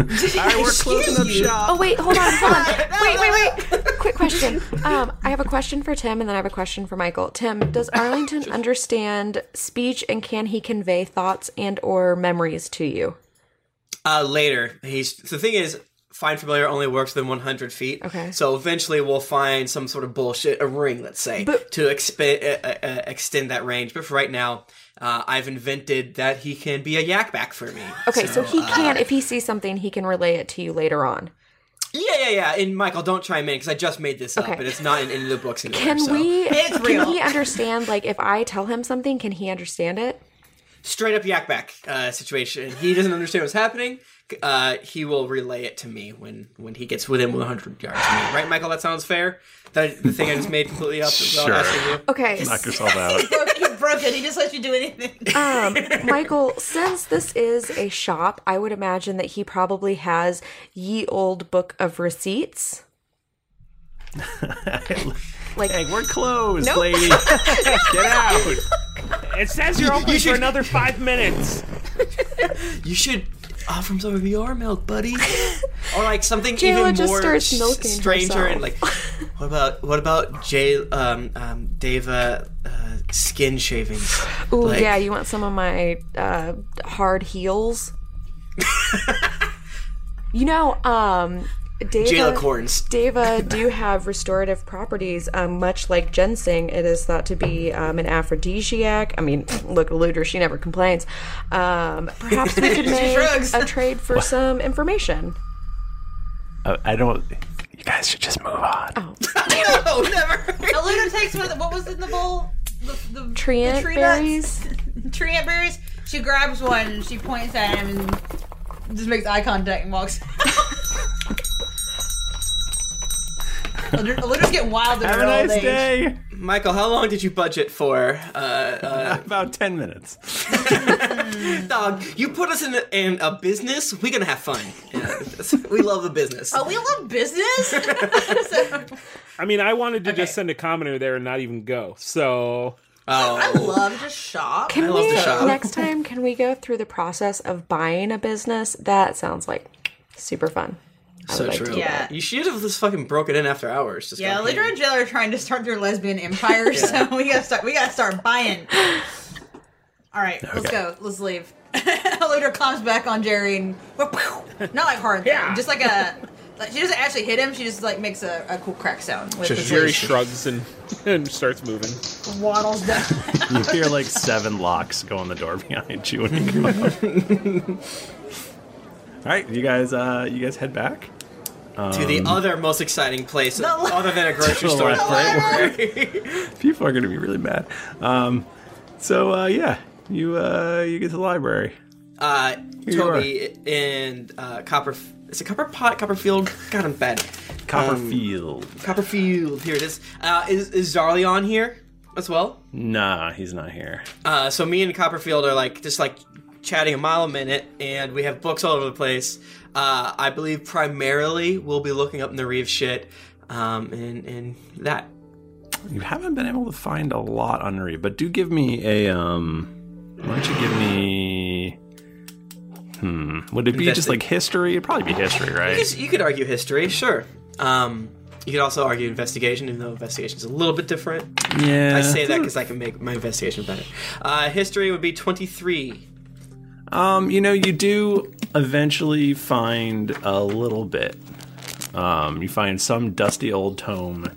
Speaker 3: Alright,
Speaker 7: we're closing up shop.
Speaker 6: Oh wait, hold on,
Speaker 3: [laughs]
Speaker 6: hold on. Wait, wait, wait. Quick question. Um, I have a question for Tim, and then I have a question for Michael. Tim, does Arlington understand speech, and can he convey thoughts and or memories to you?
Speaker 2: Uh, later, he's the thing is, find familiar only works within 100 feet.
Speaker 6: Okay.
Speaker 2: So eventually, we'll find some sort of bullshit, a ring, let's say, to expe- uh, uh, uh, extend that range. But for right now, uh, I've invented that he can be a yak back for me.
Speaker 6: Okay, so, he
Speaker 2: uh,
Speaker 6: can. If he sees something, he can relay it to you later on.
Speaker 2: yeah, yeah, yeah. And Michael, don't chime in because I just made this up, and it's not in any of the books anywhere.
Speaker 6: Can
Speaker 2: so.
Speaker 6: we? can he understand? Like, if I tell him something, can he understand it?
Speaker 2: straight up yak back uh, situation. He doesn't understand what's happening. Uh, he will relay it to me when when he gets within 100 yards of me. Right, Michael? That sounds fair. That the thing I just made completely up. without
Speaker 1: Sure.
Speaker 2: asking you?
Speaker 6: Okay.
Speaker 1: Knock yourself out.
Speaker 3: He broke, he broke it. He just lets you do anything.
Speaker 6: um, Michael, since this is a shop, I would imagine that he probably has ye old book of receipts. like
Speaker 1: hey, we're closed,
Speaker 3: [laughs]
Speaker 6: Nope.
Speaker 1: lady. Get out.
Speaker 5: It says you're open
Speaker 2: You
Speaker 5: for
Speaker 2: should-
Speaker 5: another five minutes.
Speaker 2: [laughs] You should offer him some of your milk, buddy, or like something
Speaker 6: Jayla
Speaker 2: even
Speaker 6: just
Speaker 2: more
Speaker 6: starts
Speaker 2: s-
Speaker 6: milking
Speaker 2: stranger and like.
Speaker 6: herself.
Speaker 2: What about what about Jay um, um, Deva uh, skin shavings?
Speaker 6: Ooh,
Speaker 2: Like,
Speaker 6: yeah, you want some of my uh, hard heels? [laughs] you know, um, Deva,
Speaker 2: Jayla Corns.
Speaker 6: Deva do have restorative properties, um, much like ginseng. It is thought to be um, an aphrodisiac. I mean, look, Luder, she never complains. Um,
Speaker 2: [laughs]
Speaker 6: perhaps we could
Speaker 3: She
Speaker 6: make
Speaker 3: shrugs.
Speaker 6: a trade for some information.
Speaker 1: Uh, I don't. You guys should just move on.
Speaker 2: Oh.
Speaker 3: [laughs] no, never. Aluna takes one. Of the, what was in the bowl? The, the
Speaker 6: Treant
Speaker 3: the tree
Speaker 6: berries?
Speaker 3: Nuts? [laughs] tree nut berries. She grabs one. and She points at him and just makes eye contact and walks. [laughs] Aluna's getting wild in her old age.
Speaker 2: Michael. How long did you budget for? Uh, uh,
Speaker 1: [laughs] About ten minutes.
Speaker 2: [laughs] Dog, you put us in a, in a business. We're gonna have fun. Yeah, that's- [laughs] [laughs] we love the business.
Speaker 3: Oh, we love [laughs] business.
Speaker 7: I mean, I wanted to just send a commoner there and not even go. So
Speaker 2: Oh.
Speaker 3: I love to shop.
Speaker 6: Can we next time? Can we go through the process of buying a business? That sounds like super fun. I
Speaker 2: so
Speaker 6: would like to
Speaker 2: true.
Speaker 6: do that.
Speaker 2: You should have just fucking broken in after hours. Just
Speaker 3: Yeah,
Speaker 2: gone,
Speaker 3: Aluna and Jill are trying to start their lesbian empire, so we gotta start. We gotta start buying. All right, let's
Speaker 2: Okay.
Speaker 3: go. Let's leave. [laughs] Aluna climbs back on Jerry and [laughs] not like hard, yeah. just like a. Like, she doesn't actually hit him. She just like makes a, a cool crack sound. With his
Speaker 7: Jerry
Speaker 3: leash.
Speaker 5: [laughs]
Speaker 7: shrugs and, and starts moving.
Speaker 3: waddles down.
Speaker 1: You hear like seven locks go on the door behind you when
Speaker 2: [laughs]
Speaker 1: you go. All right, you guys. Uh, you guys head back.
Speaker 2: to the
Speaker 1: Um,
Speaker 2: other most exciting place [laughs] other
Speaker 1: [laughs]
Speaker 2: than a grocery store.
Speaker 1: The People are going to be really mad. Um, so uh, yeah, you uh, you get to the library.
Speaker 2: [laughs] Uh,
Speaker 1: Here you
Speaker 2: Toby and uh, Copper. Is it Copper Pot? Copperfield? God, I'm bad.
Speaker 1: Copperfield.
Speaker 2: Um, Copperfield. Here it is. Uh, is is Zarly on here as well?
Speaker 1: nah, he's not here.
Speaker 2: Uh, so me and Copperfield are like just like chatting a mile a minute, and we have books all over the place. Uh, I believe primarily we'll be looking up in the Reeve shit, um, and and that.
Speaker 1: You haven't been able to find a lot on Nuri, but do give me a um. Why don't you give me? Hmm. Would it be just
Speaker 2: Investi-
Speaker 1: like history? It'd probably be history,
Speaker 2: You
Speaker 1: right?
Speaker 2: could, you could argue history, sure. Um, you could also argue investigation, even though investigation's a little bit different.
Speaker 1: Yeah.
Speaker 2: I say that because I can make my investigation better. Uh, history would be 23.
Speaker 1: Um, you know, you do eventually find a little bit. Um, you find some dusty old tome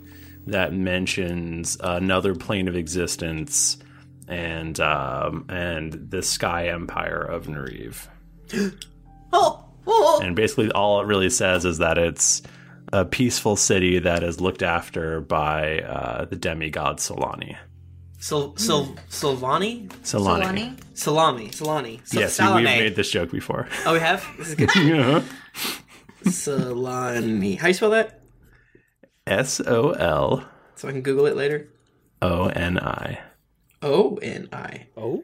Speaker 1: that mentions another plane of existence and um, and the Sky Empire of Nariv.
Speaker 3: Oh, oh,
Speaker 1: And basically, all it really says is that it's a peaceful city that is looked after by uh, the demigod Solani.
Speaker 2: Sil- Sil- Silvani?
Speaker 1: Solani.
Speaker 2: Salami. Solani. Sil-
Speaker 1: yes,
Speaker 2: Salome.
Speaker 1: we've made this joke before. [laughs]
Speaker 2: Oh, we have? This is good.
Speaker 1: Yeah.
Speaker 2: Solani. How do you spell that?
Speaker 1: S O L
Speaker 2: So I can Google it later.
Speaker 1: O N I.
Speaker 2: O N I. Oh.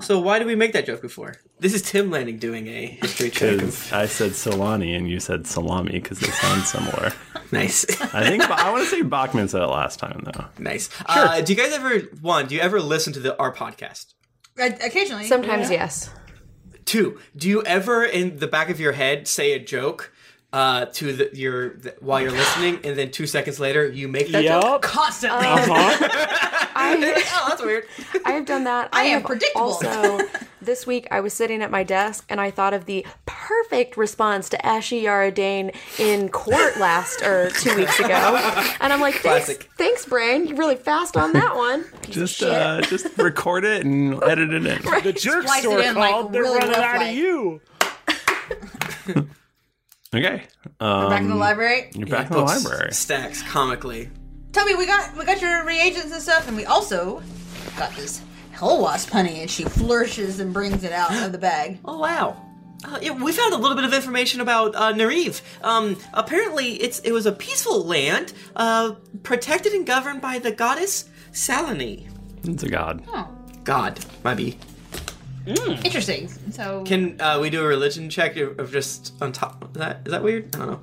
Speaker 2: So why did we make that joke before? This is Tim Lanning doing a history check. of-
Speaker 1: Because I said Solani and you said salami because they sound similar.
Speaker 2: [laughs] nice. [laughs]
Speaker 1: I think I want to say Bachman said it last time though.
Speaker 2: Nice. Uh, do you guys ever one? Do you ever listen to the our podcast?
Speaker 3: Occasionally. [laughs]
Speaker 6: Sometimes, yes.
Speaker 2: Two, do you ever in the back of your head say a joke uh, to the, your the, while you're listening, and then two seconds later you make that joke
Speaker 6: Yup.
Speaker 2: constantly?
Speaker 5: Oh.
Speaker 6: I,
Speaker 2: oh, that's weird.
Speaker 6: [laughs] I have done that.
Speaker 3: I am
Speaker 6: have
Speaker 3: predictable. [laughs]
Speaker 6: Also, this week I was sitting at my desk and I thought of the perfect response to Ashy Yaradane in court last or two weeks ago, and I'm like, thanks,
Speaker 1: Classic.
Speaker 6: thanks, brain, you really fast on that one.
Speaker 1: Just uh, just record it and edit it in.
Speaker 6: Right.
Speaker 5: The jerk
Speaker 6: Splice it
Speaker 5: store
Speaker 6: in, like,
Speaker 5: called. They're
Speaker 6: really
Speaker 5: running
Speaker 6: rough
Speaker 5: out
Speaker 6: like.
Speaker 5: of you.
Speaker 1: Okay.
Speaker 3: We're back in the
Speaker 1: Um,
Speaker 3: library?
Speaker 1: You're back
Speaker 2: Yeah,
Speaker 1: in the
Speaker 2: books
Speaker 1: library.
Speaker 2: Stacks comically.
Speaker 3: Toby, we got we got your reagents and stuff, and we also got this hell wasp honey, and she flourishes and brings it out of the bag.
Speaker 2: Oh wow! Uh, yeah, we found a little bit of information about uh, Nariv. Um, apparently, it's it was a peaceful land, uh, protected and governed by the goddess Salini.
Speaker 1: It's a god.
Speaker 3: Oh.
Speaker 2: God, might be.
Speaker 3: Mm. Interesting. So
Speaker 2: Can uh, we do a religion check of of just on top of that? Is that weird? I don't know.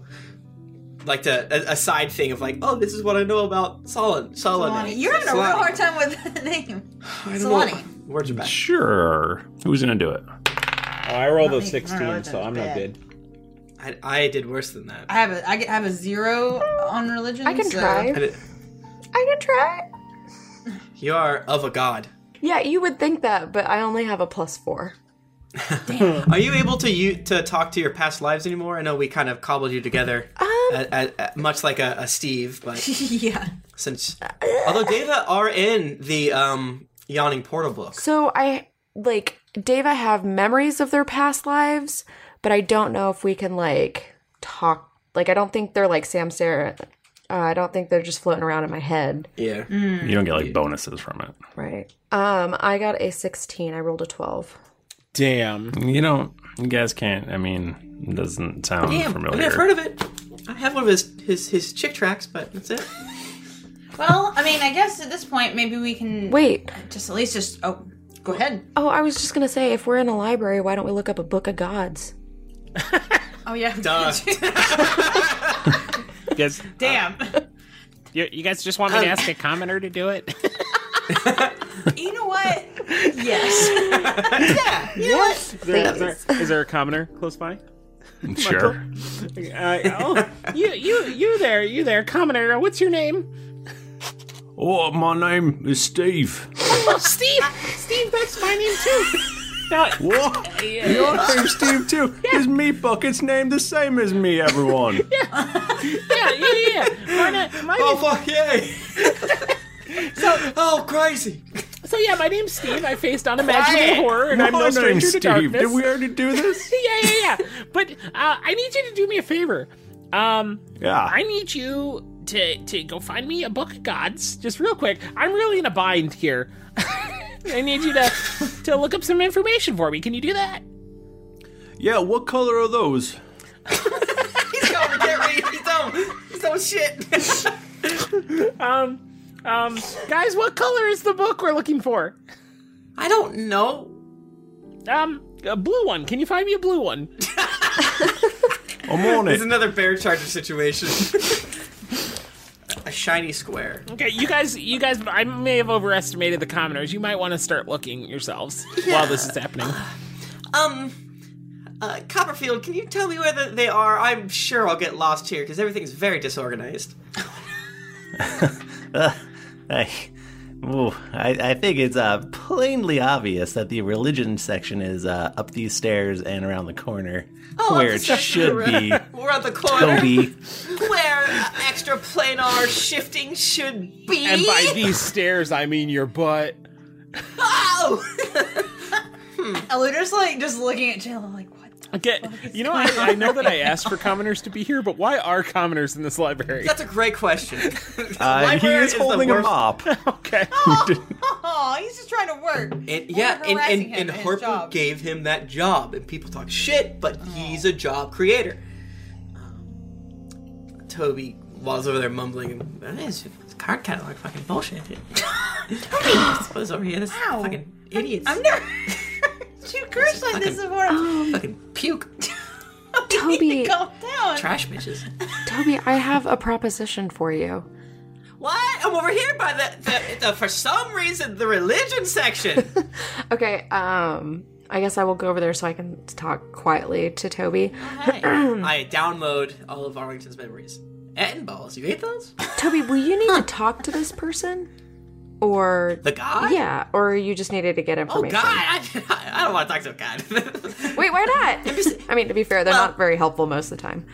Speaker 2: Like the a, a side thing of like, oh, this is what I know about Solon. Solon.
Speaker 3: Solani, you're having a real hard time with [laughs]
Speaker 2: [sighs]
Speaker 3: that name. Solani.
Speaker 2: Words are back.
Speaker 1: Sure. Who's gonna do it?
Speaker 7: Oh, I rolled a
Speaker 3: me. I don't know
Speaker 7: 16,
Speaker 3: if
Speaker 7: so
Speaker 3: that's
Speaker 7: I'm not
Speaker 3: bad.
Speaker 7: good.
Speaker 2: I, I did worse than that.
Speaker 3: I have a I get- I have a zero on religion.
Speaker 6: I can
Speaker 3: so-
Speaker 6: try.
Speaker 2: I did-
Speaker 6: I can try.
Speaker 2: you are of a god.
Speaker 6: Yeah, you would think that, but I only have a plus four.
Speaker 2: Are you able to you to talk to your past lives anymore? I know we kind of cobbled you together, a- a- a- much like a, a Steve, but
Speaker 3: yeah.
Speaker 2: since although Deva are in the um yawning portal book,
Speaker 6: So I like Dave. I have memories of their past lives, but I don't know if we can like talk. Like I don't think they're like Sam Sarah. Uh, I don't think they're just floating around in my head.
Speaker 2: yeah,
Speaker 1: You don't get like bonuses from it.
Speaker 6: Right. Um, I got a sixteen. I rolled a twelve.
Speaker 1: Damn. You don't. You guys can't. I mean, it doesn't sound
Speaker 2: damn, I
Speaker 1: familiar.
Speaker 2: mean, I've heard of it. I have one of his his his chick tracks, but that's it.
Speaker 3: Well, I mean, I guess at this point, maybe we can
Speaker 6: Wait.
Speaker 3: Just at least just oh, go ahead.
Speaker 6: Oh, I was just gonna say, if we're in a library, why don't we look up a book of gods?
Speaker 3: Oh yeah.
Speaker 2: Duh.
Speaker 6: [laughs]
Speaker 5: Yes.
Speaker 3: [laughs]
Speaker 2: [laughs]
Speaker 3: Damn.
Speaker 5: You, you guys just want me to ask a commenter to do it?
Speaker 3: You know what?
Speaker 2: [laughs]
Speaker 3: Yes. yeah. You know what?
Speaker 5: Is there- is there- is there a commenter close by?
Speaker 1: Sure.
Speaker 5: Michael? Uh, oh, you, you, you there, you there, commenter. What's your name?
Speaker 1: Oh, my name is Steve.
Speaker 5: Oh, Steve. Steve, that's my name too. Now, uh,
Speaker 1: What? Your name's Steve too.
Speaker 2: [laughs]
Speaker 1: Is me bucket's name the same as me, everyone?
Speaker 5: yeah, yeah, yeah. My, na- my
Speaker 2: Oh fuck yay!
Speaker 5: [laughs]
Speaker 2: so, oh crazy!
Speaker 5: So yeah, my name's Steve. I faced unimaginable
Speaker 2: Quiet.
Speaker 5: horror, and I'm
Speaker 1: My
Speaker 5: no stranger
Speaker 1: name's
Speaker 5: to
Speaker 1: Steve.
Speaker 5: darkness. [laughs]
Speaker 1: Did we already do this?
Speaker 5: yeah, yeah, yeah. But uh, I need you to do me a favor. Um,
Speaker 9: Yeah.
Speaker 5: I need you to to go find me a book of gods, just real quick. I'm really in a bind here. [laughs] I need you to to look up some information for me. Can you do that?
Speaker 1: Yeah, what color are those?
Speaker 2: He's going to get ready. He's done. He's done with shit.
Speaker 5: [laughs] um, um, guys, what color is the book we're looking for?
Speaker 2: I don't know.
Speaker 5: Um, a blue one. Can you find me a blue one?
Speaker 1: Oh, I'm on
Speaker 2: It's
Speaker 1: it.
Speaker 2: another bear charger situation. [laughs] a shiny square.
Speaker 5: Okay, you guys, you guys, I may have overestimated the commoners. You might want to start looking yourselves while this is happening.
Speaker 2: Um, uh, Copperfield, can you tell me where the, they are? I'm sure I'll get lost here because everything's very disorganized.
Speaker 10: [laughs] Uh, I, ooh, I, I think it's uh, plainly obvious that the religion section is uh, up these stairs and around the corner, where it should be.
Speaker 2: Oh, [laughs] We're at the corner.
Speaker 10: Toby,
Speaker 2: Where extra planar shifting should be.
Speaker 5: And by these stairs, I mean your butt.
Speaker 2: Oh! [laughs] Hmm.
Speaker 3: Eluder's like just looking at Jayla like,
Speaker 5: Okay,
Speaker 6: Oh,
Speaker 5: you know, I, I know that I asked for commoners to be here, but why are commoners in this library?
Speaker 2: That's a great question.
Speaker 1: Uh, he
Speaker 2: Library
Speaker 1: is
Speaker 2: is the
Speaker 1: holding a
Speaker 2: worst-
Speaker 1: mop.
Speaker 3: oh, he's just trying to work.
Speaker 2: And,
Speaker 3: We're
Speaker 2: yeah, and, and,
Speaker 3: harassing him
Speaker 2: and
Speaker 3: in his
Speaker 2: Harper
Speaker 3: job.
Speaker 2: gave him that job, and people talk shit, but he's a job creator. Um, Toby was over there mumbling, that is this card catalog fucking bullshit. [laughs] what is over here? This fucking idiots.
Speaker 3: I've never you cursed like this before.
Speaker 2: fucking
Speaker 3: [laughs]
Speaker 2: puke.
Speaker 6: Toby,
Speaker 3: Calm down.
Speaker 2: trash bitches.
Speaker 6: Toby, I have a proposition for you.
Speaker 2: What? I'm over here by the, the, the for some reason the religion section.
Speaker 6: Okay, um, I guess I will go over there so I can talk quietly to Toby.
Speaker 3: Oh,
Speaker 6: [clears throat]
Speaker 2: I download all of Arlington's memories and balls. You ate those?
Speaker 6: Toby, will you need to talk to this person? Or
Speaker 2: the guy?
Speaker 6: Yeah, or you just needed to get
Speaker 2: Oh
Speaker 6: information.
Speaker 2: God, I, [laughs] I don't want to talk to a god. [laughs]
Speaker 6: Wait, why not? [laughs] I mean, to be fair, they're not very helpful most of the time.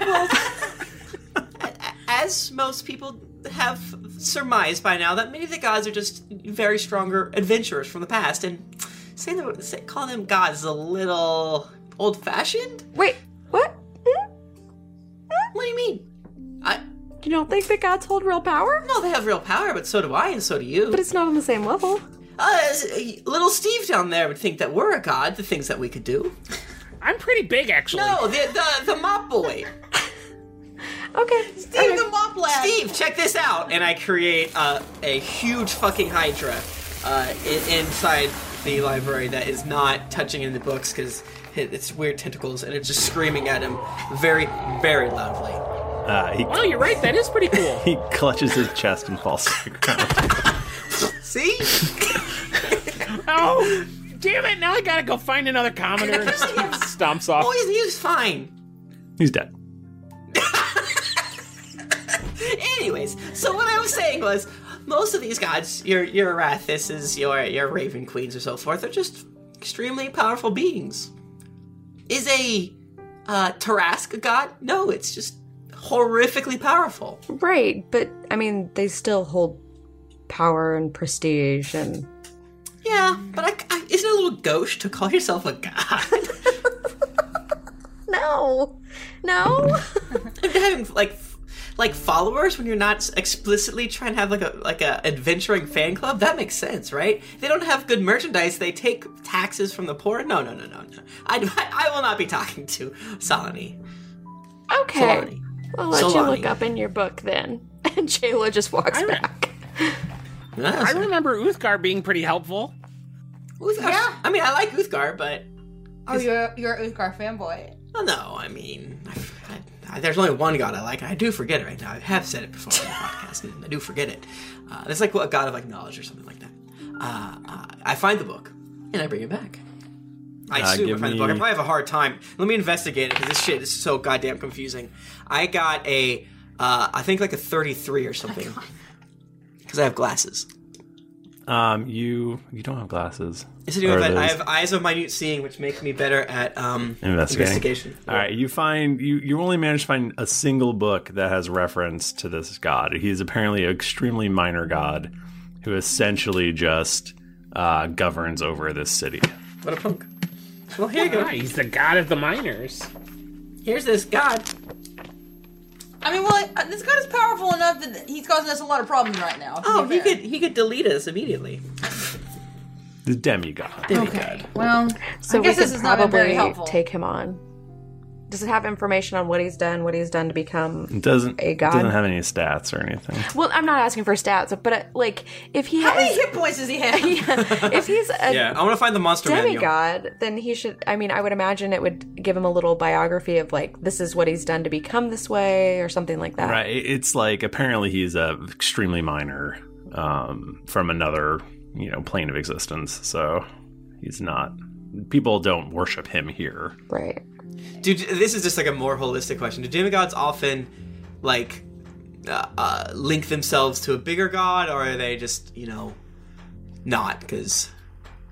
Speaker 6: [laughs]
Speaker 2: As most people have surmised by now, that many of the gods are just very stronger adventurers from the past, and saying that say, call them gods is a little old-fashioned.
Speaker 6: Wait, what? Hmm?
Speaker 2: What do you mean? I.
Speaker 6: You don't think that gods hold real power?
Speaker 2: No, they have real power, but so do I, and so do you.
Speaker 6: But it's not on the same level.
Speaker 2: Uh, little Steve down there would think that we're a god. The things that we could do.
Speaker 5: I'm pretty big, actually.
Speaker 2: No, the the, the mop boy.
Speaker 6: okay,
Speaker 2: Steve the mop lad. Steve, check this out. And I create uh, a huge fucking Hydra uh, in, inside the library that is not touching in the books because it's weird tentacles, and it's just screaming at him very, very loudly.
Speaker 10: [laughs] uh, he,
Speaker 5: Oh, you're right. That is pretty cool.
Speaker 10: he clutches his chest and falls to the ground.
Speaker 2: [sighs] See?
Speaker 5: [laughs] oh, damn it! Now I gotta go find
Speaker 2: [laughs]
Speaker 5: another commoner. And Steve stomps off.
Speaker 2: Oh, he's, he's fine.
Speaker 10: He's dead.
Speaker 2: [laughs] Anyways, so what I was saying was, most of these gods, your your Arathises, your your Raven Queens, and so forth, are just extremely powerful beings. Is a uh, Tarask a god? No, it's just horrifically powerful.
Speaker 6: Right, but I mean, they still hold power and prestige and.
Speaker 2: Yeah, but I, I, isn't it a little gauche to call yourself a god?
Speaker 6: [laughs] no, no.
Speaker 2: having like f- like followers when you're not explicitly trying to have like a like a adventuring fan club. That makes sense, right? They don't have good merchandise. They take taxes from the poor. No, no, no, no, no. I, I will not be talking to Solani.
Speaker 6: Okay.
Speaker 2: Solani.
Speaker 6: I'll let you
Speaker 2: Solani.
Speaker 6: look up in your book then. [laughs] And Jayla just walks back.
Speaker 5: I remember Uthgar being pretty helpful.
Speaker 2: Uthgar. Yeah. I mean, I like Uthgar, but
Speaker 3: Oh, you're you're a Uthgar fanboy.
Speaker 2: oh, no, I mean, I, I, there's only one god I like, and I do forget it right now. I have said it before on the podcast, and I do forget it. Uh, it's like a god of like knowledge or something like that. Uh, uh, I find the book and I bring it back. I
Speaker 10: Uh,
Speaker 2: assume I
Speaker 10: give
Speaker 2: find
Speaker 10: me-
Speaker 2: the book. I probably have a hard time. Let me investigate it because this shit is so goddamn confusing. I got a, uh, I think like a 33 or something. Because I have glasses.
Speaker 1: Um, you you don't have glasses.
Speaker 2: Is it even
Speaker 1: Or
Speaker 2: that I
Speaker 1: those-
Speaker 2: have eyes of minute seeing, which makes me better at um,
Speaker 1: Investigating.
Speaker 2: investigation.
Speaker 1: All right, you find you you only manage to find a single book that has reference to this god. He is apparently an extremely minor god who essentially just uh, governs over this city.
Speaker 2: What a punk. Well, here you go.
Speaker 5: he's the god of the miners.
Speaker 2: Here's this god.
Speaker 3: I mean, well, uh, this god is powerful enough that he's causing us a lot of problems right now.
Speaker 2: Oh, he could he could delete us immediately.
Speaker 9: The demigod.
Speaker 3: Okay. Well,
Speaker 6: So
Speaker 3: I guess
Speaker 6: we
Speaker 3: this
Speaker 6: could
Speaker 3: has not been very
Speaker 6: probably
Speaker 3: helpful.
Speaker 6: take [laughs] him on. Does it have information on what he's done? What he's done to become
Speaker 9: It doesn't
Speaker 6: a
Speaker 9: it
Speaker 6: god?
Speaker 9: doesn't have any stats or anything.
Speaker 6: Well, I'm not asking for stats, but uh, like if he
Speaker 3: How
Speaker 6: has,
Speaker 3: many hit points does he
Speaker 6: [laughs]
Speaker 3: have?
Speaker 6: if he's a
Speaker 2: yeah, I want to find the monster manual.
Speaker 6: demigod, then he should. I mean, I would imagine it would give him a little biography of like this is what he's done to become this way or something like that.
Speaker 9: Right. it- It's like apparently he's a extremely minor um, from another, you know, plane of existence. So he's not. People don't worship him here.
Speaker 6: Right.
Speaker 2: Dude, this is just like a more holistic question. Do demigods often like uh, uh, link themselves to a bigger god, or are they just you know not because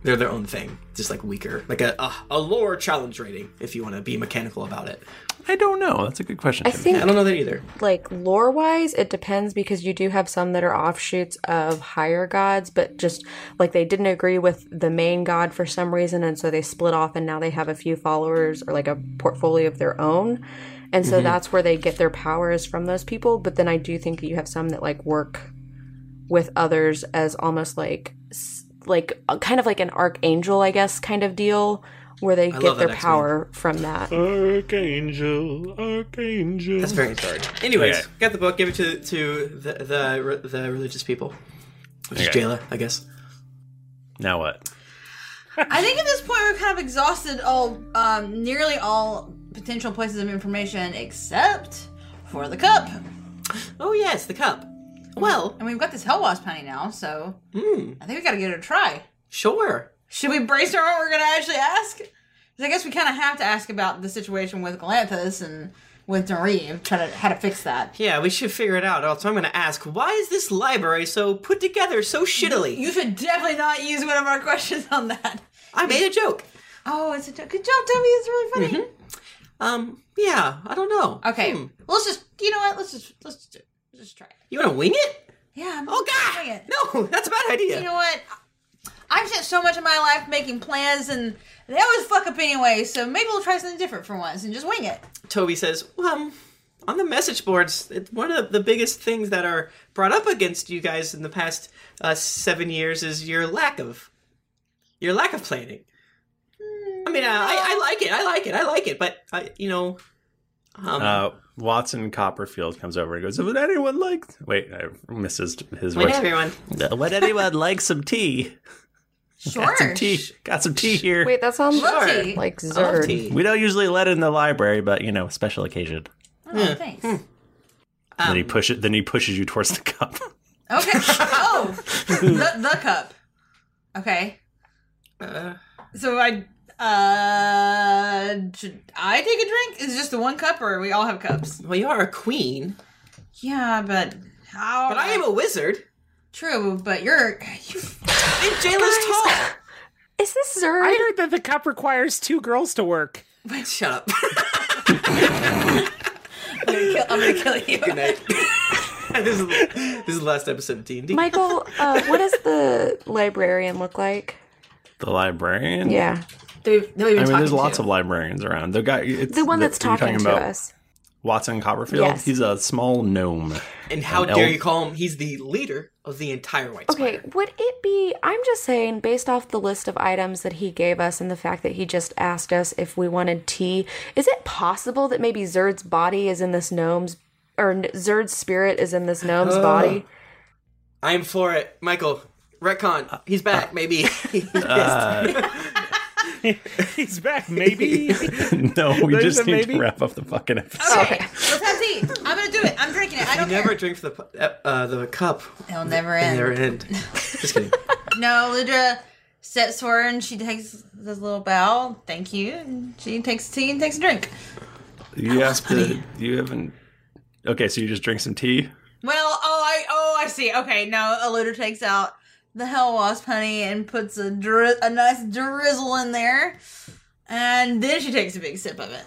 Speaker 2: they're their own thing, just like weaker, like a a, a lore challenge rating if you want to be mechanical about it.
Speaker 9: I don't know. That's a good question.
Speaker 6: I
Speaker 9: Tim.
Speaker 6: think-
Speaker 2: I don't know that either.
Speaker 6: Like lore wise, it depends because you do have some that are offshoots of higher gods, but just like they didn't agree with the main god for some reason, and so they split off and now they have a few followers or like a portfolio of their own. And so
Speaker 11: Mhm.
Speaker 6: that's where they get their powers from those people. But then I do think that you have some that like work with others as almost like s- like uh, kind of like an archangel, I guess, kind of deal where they
Speaker 2: I love
Speaker 6: get
Speaker 2: that
Speaker 6: their
Speaker 2: X-Men.
Speaker 6: power from that.
Speaker 7: Mm.
Speaker 9: Archangel, Archangel.
Speaker 2: That's very encouraging. Anyways, get the book, give it to to the the, the religious people, which is
Speaker 9: Okay.
Speaker 2: Jayla, I guess.
Speaker 9: Now what?
Speaker 3: [laughs] I think at this point we're kind of exhausted all, um, nearly all potential places of information except for the cup.
Speaker 2: Oh yes, the cup. Well,
Speaker 3: and we've got this hell wasp honey now, so
Speaker 2: Mm,
Speaker 3: I think we got to give it a try.
Speaker 2: sure.
Speaker 3: Should we brainstorm what we're gonna actually ask? 'Cause I guess we kind of have to ask about the situation with Galanthus and with Nereve, try to how to fix that.
Speaker 2: Yeah, we should figure it out. Also, I'm going to ask, why is this library so put together so shittily?
Speaker 3: You should definitely not use one of our [laughs] questions on that.
Speaker 2: I made a joke. Mm-hmm.
Speaker 3: Oh, it's a joke. Good job, Toby. It's really funny.
Speaker 2: Um, yeah, I don't know. Hmm.
Speaker 3: Okay, well, let's just you know what? Let's just let's just, let's just try. It.
Speaker 2: You want to wing it?
Speaker 3: Yeah. I'm oh God! It.
Speaker 2: No, [laughs] that's a bad idea.
Speaker 3: You know what? I've spent so much of my life making plans, and they always fuck up anyway. So maybe we'll try something different for once and just wing it.
Speaker 2: Toby says, well, um, on the message boards, it, one of the biggest things that are brought up against you guys in the past uh, seven years is your lack of your lack of planning. I mean, uh, I, I like it. I like it. I like it. But I, you know, um,
Speaker 9: uh, Watson Copperfield comes over and goes, "Would anyone like?" Wait, I missed his, his
Speaker 10: Would
Speaker 9: voice.
Speaker 10: everyone-
Speaker 9: Would anyone like some tea? Got some
Speaker 10: Sure.
Speaker 9: tea. Got some tea here.
Speaker 6: [laughs] Wait, that sounds
Speaker 10: Sure.
Speaker 6: like
Speaker 10: I love
Speaker 6: Zerd.
Speaker 10: tea. We don't usually let it in the library, but you know, special occasion.
Speaker 3: Oh, thanks.
Speaker 2: Hmm.
Speaker 9: And
Speaker 2: Um,
Speaker 9: then he push it. Then he pushes you towards the cup. [laughs]
Speaker 2: [laughs]
Speaker 3: Okay. oh, the, the cup. Okay. So I uh should I take a drink? Is it just the one cup, or we all have cups?
Speaker 2: well, you are a queen.
Speaker 3: Yeah, but how?
Speaker 2: But I am a wizard.
Speaker 3: True, but you're
Speaker 2: And Jayla's tall.
Speaker 6: Is this Zerd?
Speaker 5: I heard that the cup requires two girls to work.
Speaker 2: Shut up.
Speaker 3: I'm gonna kill, I'm gonna kill you.
Speaker 2: Good night. [laughs] this is this is the last episode of D and D.
Speaker 6: Michael, uh, what does the librarian look like?
Speaker 9: The librarian.
Speaker 6: Yeah.
Speaker 9: I mean, there's lots of librarians around. The guy, it's
Speaker 6: The one that's
Speaker 9: you're
Speaker 6: talking to
Speaker 9: about
Speaker 6: us.
Speaker 9: Watson Copperfield.
Speaker 6: Yes.
Speaker 9: He's a small gnome.
Speaker 2: And how
Speaker 9: An
Speaker 2: dare
Speaker 9: elf.
Speaker 2: you call him? He's the leader of the entire White Spider.
Speaker 6: Okay, would it be? I'm just saying, based off the list of items that he gave us and the fact that he just asked us if we wanted tea, is it possible that maybe Zerd's body is in this gnome's, or n- Zerd's spirit is in this gnome's
Speaker 9: Uh,
Speaker 2: Oh.
Speaker 6: body?
Speaker 2: I am for it, Michael. Retcon, he's back.
Speaker 5: [laughs]
Speaker 2: maybe he's,
Speaker 9: uh,
Speaker 5: He's back,
Speaker 2: [laughs]
Speaker 5: maybe.
Speaker 9: no, we
Speaker 5: There's a
Speaker 9: just need
Speaker 5: maybe.
Speaker 9: to wrap up the fucking episode.
Speaker 3: Okay, let's have tea. I'm gonna do it. I'm drinking it.
Speaker 2: [laughs]
Speaker 3: I don't
Speaker 2: never drink the pu- uh, uh, the cup.
Speaker 3: It'll never
Speaker 2: It'll
Speaker 3: end.
Speaker 2: Never end.
Speaker 3: [laughs]
Speaker 2: Just kidding.
Speaker 3: No, Ludra steps forward and she takes this little bow. Thank you. And she takes tea and takes a drink.
Speaker 9: You have to. You haven't. Okay, so you just drink some tea.
Speaker 3: Well, oh, I oh, I see. Okay, no, Ludra takes out the hell wasp honey and puts a dri- a nice drizzle in there, and then she takes a big sip of it.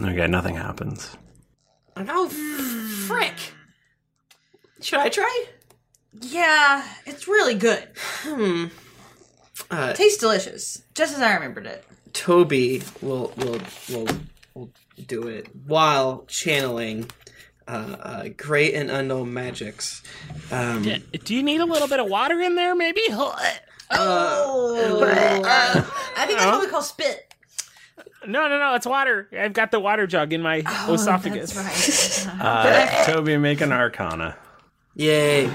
Speaker 9: Okay, nothing happens.
Speaker 2: Oh, frick! Should I try?
Speaker 3: Yeah, it's really good.
Speaker 2: Hmm. Uh,
Speaker 3: Tastes delicious, just as I remembered it.
Speaker 2: Toby will will will will do it while channeling uh, uh, great and unknown magics. Um,
Speaker 5: Do you need a little bit of water in there,
Speaker 3: [laughs]
Speaker 5: maybe?
Speaker 3: Oh,
Speaker 2: Uh,
Speaker 3: I think that's what we call spit.
Speaker 5: No, no, no, it's water. I've got the water jug in my
Speaker 3: Oh,
Speaker 5: esophagus.
Speaker 6: [laughs]
Speaker 1: Uh, Toby, make an arcana.
Speaker 2: Yay.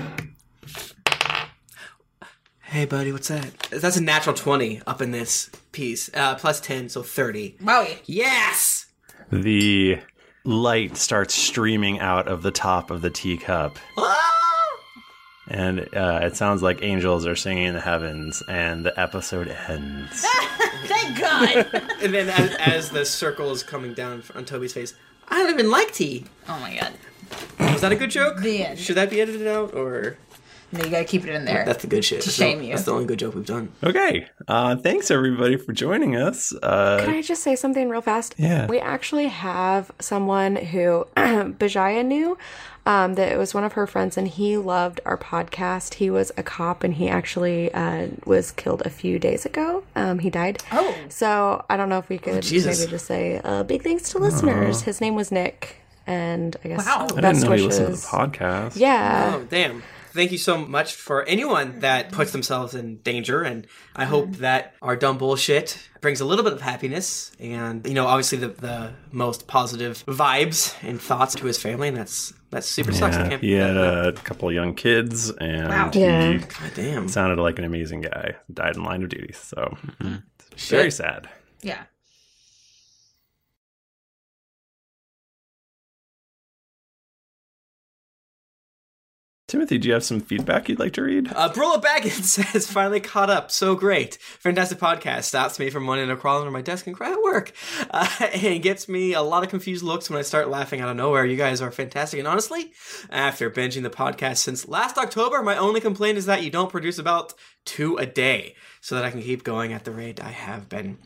Speaker 2: Hey, buddy, what's that? That's a natural 20 up in this piece. Uh, plus 10, so 30.
Speaker 3: Wowie.
Speaker 2: Yes!
Speaker 1: The light starts streaming out of the top of the teacup.
Speaker 6: Ah!
Speaker 1: And uh, it sounds like angels are singing in the heavens, and the episode
Speaker 6: [laughs]
Speaker 1: ends.
Speaker 3: Thank God!
Speaker 2: [laughs] and then as, as the circle is coming down on Toby's face, I don't even like tea.
Speaker 3: Oh my God.
Speaker 2: Was that a good joke?
Speaker 3: The end.
Speaker 2: Should that be edited out, or...?
Speaker 3: No, you gotta keep it in there.
Speaker 2: That's the good shit.
Speaker 3: To
Speaker 2: That's the-
Speaker 3: shame you.
Speaker 2: That's the only good joke we've done.
Speaker 1: Okay. Uh, thanks, everybody, for joining us. Uh,
Speaker 6: Can I just say something real fast?
Speaker 1: Yeah.
Speaker 6: We actually have someone who [clears throat] Bajaya knew um, that it was one of her friends, and he loved our podcast. He was a cop, and he actually uh, was killed a few days ago. Um, he died.
Speaker 3: Oh.
Speaker 6: So I don't know if we
Speaker 1: Oh,
Speaker 6: could
Speaker 3: Jesus.
Speaker 6: maybe just say uh, big thanks to listeners. His name was Nick, and I guess
Speaker 2: Wow. I didn't
Speaker 6: best
Speaker 1: know he
Speaker 6: wishes.
Speaker 1: listened to the podcast.
Speaker 6: Yeah.
Speaker 2: Oh, damn. Thank you so much for anyone that puts themselves in danger. And I hope that our dumb bullshit brings a little bit of happiness and, you know, obviously the, the most positive vibes and thoughts to his family. And that's, that's super sucks. I
Speaker 1: yeah,
Speaker 2: can't-
Speaker 1: he had a couple of young kids, and
Speaker 2: Wow.
Speaker 1: he
Speaker 2: Yeah. God damn.
Speaker 1: sounded like an amazing guy. Died in line of duty, so it's
Speaker 2: Mm-hmm. Shit.
Speaker 1: very sad.
Speaker 3: Yeah.
Speaker 1: Timothy, do you have some feedback you'd like to read?
Speaker 2: Uh, Brilla Baggins [laughs] has finally caught up. So great. Fantastic podcast. Stops me from wanting to crawl under my desk and cry at work. [laughs] Uh, and gets me a lot of confused looks when I start laughing out of nowhere. You guys are fantastic. And honestly, after binging the podcast since last October, my only complaint is that you don't produce about two a day so that I can keep going at the rate I have been.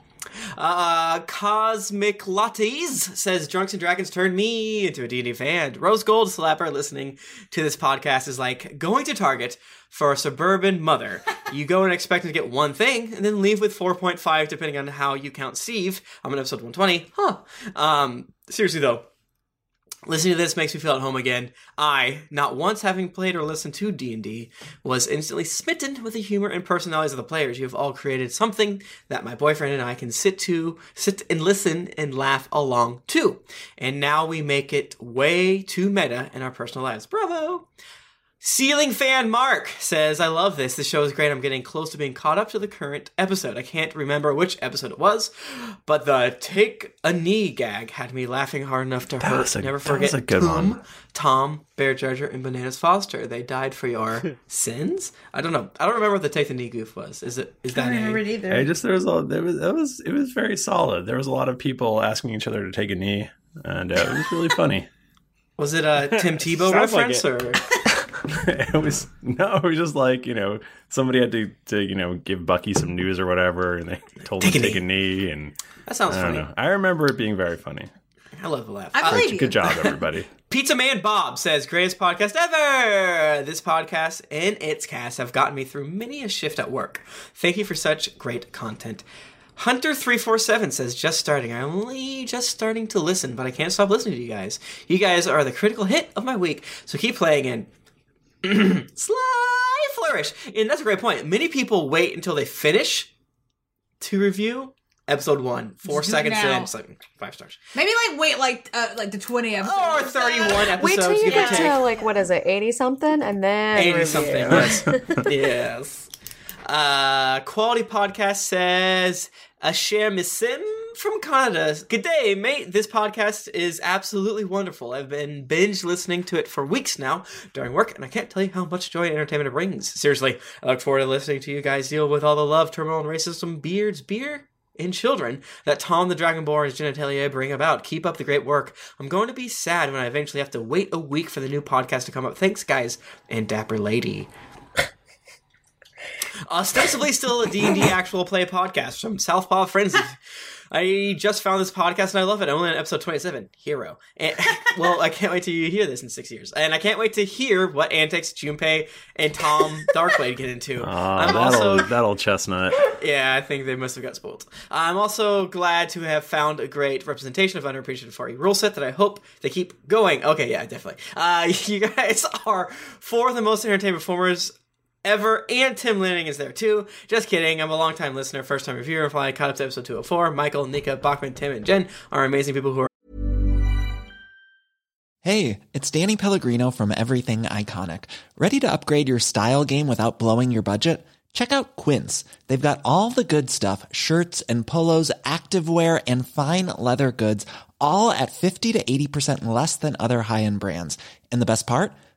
Speaker 2: Uh, Cosmic Lattes says Drunks and Dragons turned me into a D&D fan. Rose Gold Slapper listening to this podcast is like going to Target for a suburban mother. you go and expect to get one thing and then leave with 4.5 depending on how you count Steve. I'm on episode 120. Huh. Um, seriously though, Listening to this makes me feel at home again. I, not once having played or listened to D&D, was instantly smitten with the humor and personalities of the players. You have all created something that my boyfriend and I can sit to, sit and listen and laugh along to. And now we make it way too meta in our personal lives. Bravo! Ceiling fan Mark says, I love this. This show is great. I'm getting close to being caught up to the current episode. I can't remember which episode it was, but the take a knee gag had me laughing hard enough to hurt.
Speaker 1: was a-
Speaker 2: Never
Speaker 1: that was
Speaker 2: forget
Speaker 1: a good
Speaker 2: Tom,
Speaker 1: one.
Speaker 2: Tom, Bear Judger, and Bananas Foster. They died for
Speaker 1: [laughs]
Speaker 2: your sins? I don't know. I don't remember what the take the knee goof was. Is it is that a-
Speaker 1: I just there was a there was it was it was very solid. There was a lot of people asking each other to take a knee, and uh, it
Speaker 2: [laughs]
Speaker 1: was really funny.
Speaker 2: was it a Tim Tebow
Speaker 1: [laughs] Sounds like
Speaker 2: reference
Speaker 1: it.
Speaker 2: or
Speaker 1: it was no, it was just like you know somebody had to, to you know give Bucky some news or whatever, and they told him to take a knee, and
Speaker 2: That sounds
Speaker 1: I don't
Speaker 2: funny.
Speaker 1: Know. I remember it being very funny.
Speaker 2: I love the laugh. Uh,
Speaker 1: Good- Good job, everybody.
Speaker 2: Pizza Man Bob says, greatest podcast ever! This podcast and its cast have gotten me through many a shift at work. Thank you for such great content. Hunter347 says, just starting. I'm only just starting to listen, but I can't stop listening to you guys. You guys are the critical hit of my week, so keep playing and [clears throat] sly flourish. And that's a great point. Many people wait until they finish to review episode one. Four
Speaker 3: Just do it
Speaker 2: seconds
Speaker 3: now.
Speaker 2: in, it's like five stars.
Speaker 3: Maybe like wait like uh, like the 20 episodes.
Speaker 2: Oh, Or 31
Speaker 6: Wait till
Speaker 2: episodes,
Speaker 6: you
Speaker 2: give or
Speaker 6: get
Speaker 2: take.
Speaker 6: to like what is it, eighty something, and then
Speaker 2: 80
Speaker 6: review.
Speaker 2: something. Yes. yes. Uh, Quality Podcast says, Ashir Missim from Canada. Good day, mate. This podcast is absolutely wonderful. I've been binge listening to it for weeks now during work, and I can't tell you how much joy and entertainment it brings. Seriously, I look forward to listening to you guys deal with all the love, turmoil, and racism, beards, beer, in children that Tom the Dragonborn's genitalia bring about. Keep up the great work. I'm going to be sad when I eventually have to wait a week for the new podcast to come up. Thanks, guys, and Dapper Lady. ostensibly still a D&D actual play podcast from Southpaw Frenzy. I just found this podcast and I love it. I'm only on episode 27, Hero. And, [laughs] well, I can't wait till you hear this in six years. And I can't wait to hear what antics Junpei and Tom Darkblade get into.
Speaker 1: Ah,
Speaker 2: I'm
Speaker 1: that'll,
Speaker 2: also
Speaker 1: that old chestnut.
Speaker 2: yeah, I think they must have got spoiled. I'm also glad to have found a great representation of underappreciated Fari rule set that I hope they keep going. Okay, yeah, definitely. Uh, [laughs] you guys are four of the most entertaining performers ever, and Tim Lanning is there too. Just kidding, I'm a longtime listener, first time reviewer, and finally caught up to episode 204. Michael, Nika, Bachman, Tim, and Jen are amazing people who are
Speaker 12: [laughs] Hey, it's Danny Pellegrino from Everything Iconic. Ready to upgrade your style game without blowing your budget? Check out Quince. They've got all the good stuff shirts and polos, activewear, and fine leather goods, all at 50 to 80% less than other high end brands. And the best part?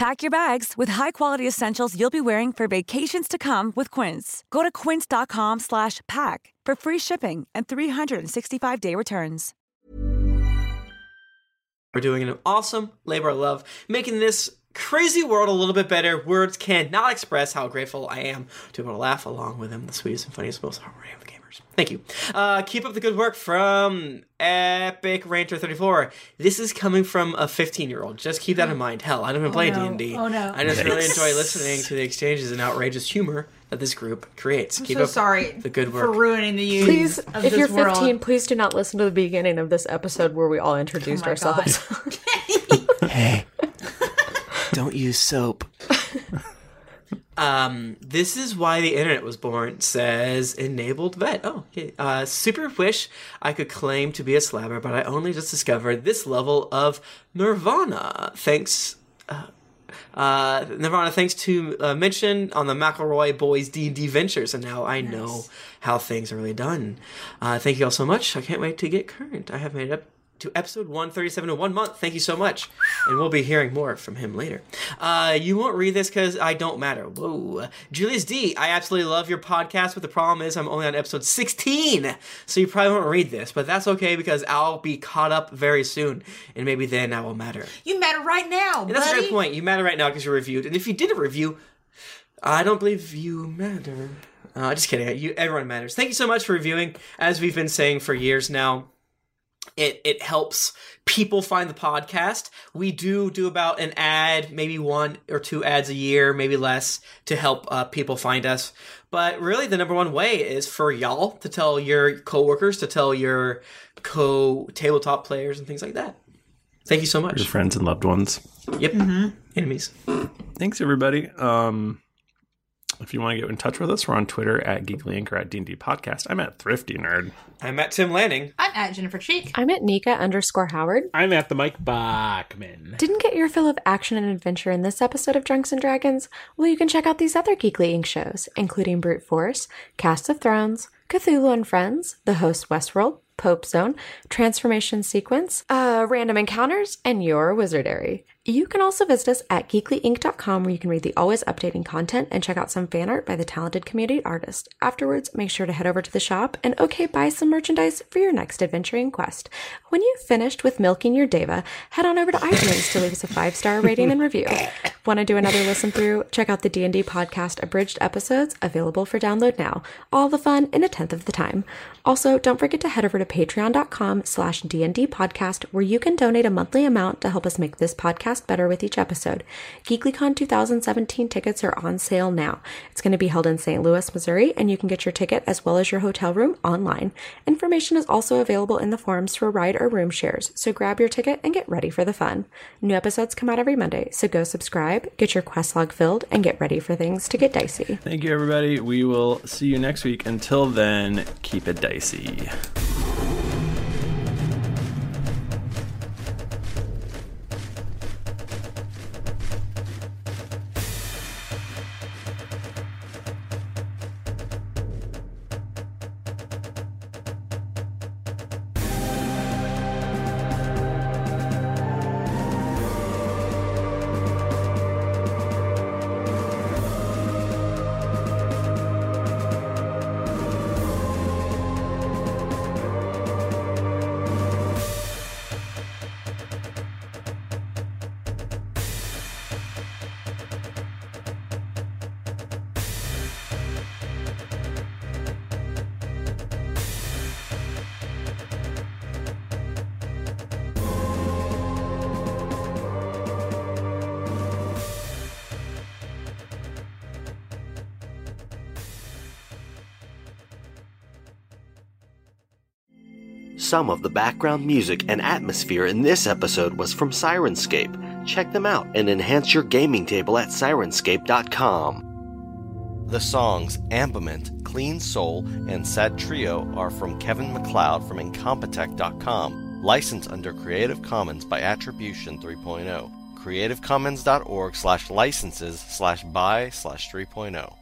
Speaker 13: Pack your bags with high-quality essentials you'll be wearing for vacations to come with Quince. Go to quince.com slash pack for free shipping and 365-day returns.
Speaker 2: We're doing an awesome labor of love, making this crazy world a little bit better. Words cannot express how grateful I am to be able to laugh along with them, the sweetest and funniest, most hardworking of gamers. Thank you. Uh, keep up the good work from Epic Rancher 34. This is coming from a 15 year old. Just keep that in mind. Hell, I don't even
Speaker 3: Oh
Speaker 2: play
Speaker 3: no.
Speaker 2: D&D.
Speaker 3: Oh no.
Speaker 2: I just really
Speaker 3: Yikes.
Speaker 2: enjoy listening to the exchanges and outrageous humor that this group creates.
Speaker 3: I'm
Speaker 2: keep
Speaker 3: so
Speaker 2: up
Speaker 3: sorry
Speaker 2: the good work.
Speaker 3: for ruining the use
Speaker 6: Please,
Speaker 3: of
Speaker 6: if
Speaker 3: this
Speaker 6: you're
Speaker 3: world.
Speaker 6: 15, please do not listen to the beginning of this episode where we all introduced
Speaker 3: Oh
Speaker 6: ourselves. [laughs]
Speaker 14: Don't use soap.
Speaker 2: Um, this is why the internet was born, says enabled vet. Oh, okay. Uh, super wish I could claim to be a slabber, but I only just discovered this level of nirvana. Thanks. Uh, uh, Nirvana, thanks to uh, mention on the McElroy Boys D&D Ventures, and now I know how things are really done. Uh, thank you all so much. I can't wait to get current. I have made it up to episode 137 in one month. Thank you so much. And we'll be hearing more from him later. Uh, you won't read this because I don't matter. Whoa. Julius D, I absolutely love your podcast, but the problem is I'm only on episode 16. So you probably won't read this, but that's okay because I'll be caught up very soon. And maybe then I will matter.
Speaker 3: You matter right now,
Speaker 2: And that's a
Speaker 3: buddy.
Speaker 2: great point. You matter right now because you reviewed. And if you did a review, I don't believe you matter. Uh, just kidding. You, everyone matters. Thank you so much for reviewing. As we've been saying for years now, it it helps people find the podcast. We do do about an ad, maybe one or two ads a year, maybe less, to help uh, people find us. But really, the number one way is for y'all to tell your coworkers, to tell your co tabletop players, and things like that. Thank you so much.
Speaker 1: Your friends and loved ones.
Speaker 2: Yep. Enemies.
Speaker 1: Thanks, everybody. Um, if you want to get in touch with us, we're on Twitter at Geekly Inc. or at D&D Podcast. I'm at Thrifty Nerd.
Speaker 2: I'm at Tim Lanning.
Speaker 3: I'm at Jennifer Cheek.
Speaker 6: I'm at Nika underscore Howard.
Speaker 5: I'm at the Mike Bachman.
Speaker 6: Didn't get your fill of action and adventure in this episode of Drunks and Dragons? Well, you can check out these other Geekly Inc. shows, including Brute Force, Cast of Thrones, Cthulhu and Friends, The Host Westworld, Pope Zone, Transformation Sequence, uh, Random Encounters, and Your Wizardary. You can also visit us at geeklyinc.com where you can read the always updating content and check out some fan art by the talented community artist. Afterwards, make sure to head over to the shop and okay, buy some merchandise for your next adventuring quest. When you've finished with milking your deva, head on over to iTunes to leave us a five-star rating and review. Want to do another listen through? Check out the D&D podcast abridged episodes available for download now. All the fun in a tenth of the time. Also, don't forget to head over to patreon.com slash D&D podcast where you can donate a monthly amount to help us make this podcast better with each episode. GeeklyCon 2017 tickets are on sale now. It's going to be held in St. Louis, Missouri, and you can get your ticket as well as your hotel room online. Information is also available in the forums for ride or room shares, so grab your ticket and get ready for the fun. New episodes come out every Monday, so go subscribe, get your quest log filled, and get ready for things to get dicey.
Speaker 1: Thank you, everybody. We will see you next week. Until then, keep it dicey.
Speaker 15: Some of the background music and atmosphere in this episode was from Sirenscape. Check them out and enhance your gaming table at sirenscape.com.
Speaker 16: The songs Ambiment, Clean Soul, and Sad Trio are from Kevin McLeod from Incompetech.com, licensed under Creative Commons by Attribution
Speaker 15: oh. oh.
Speaker 16: 3.0. CreativeCommons.org slash licenses slash buy slash 3.0.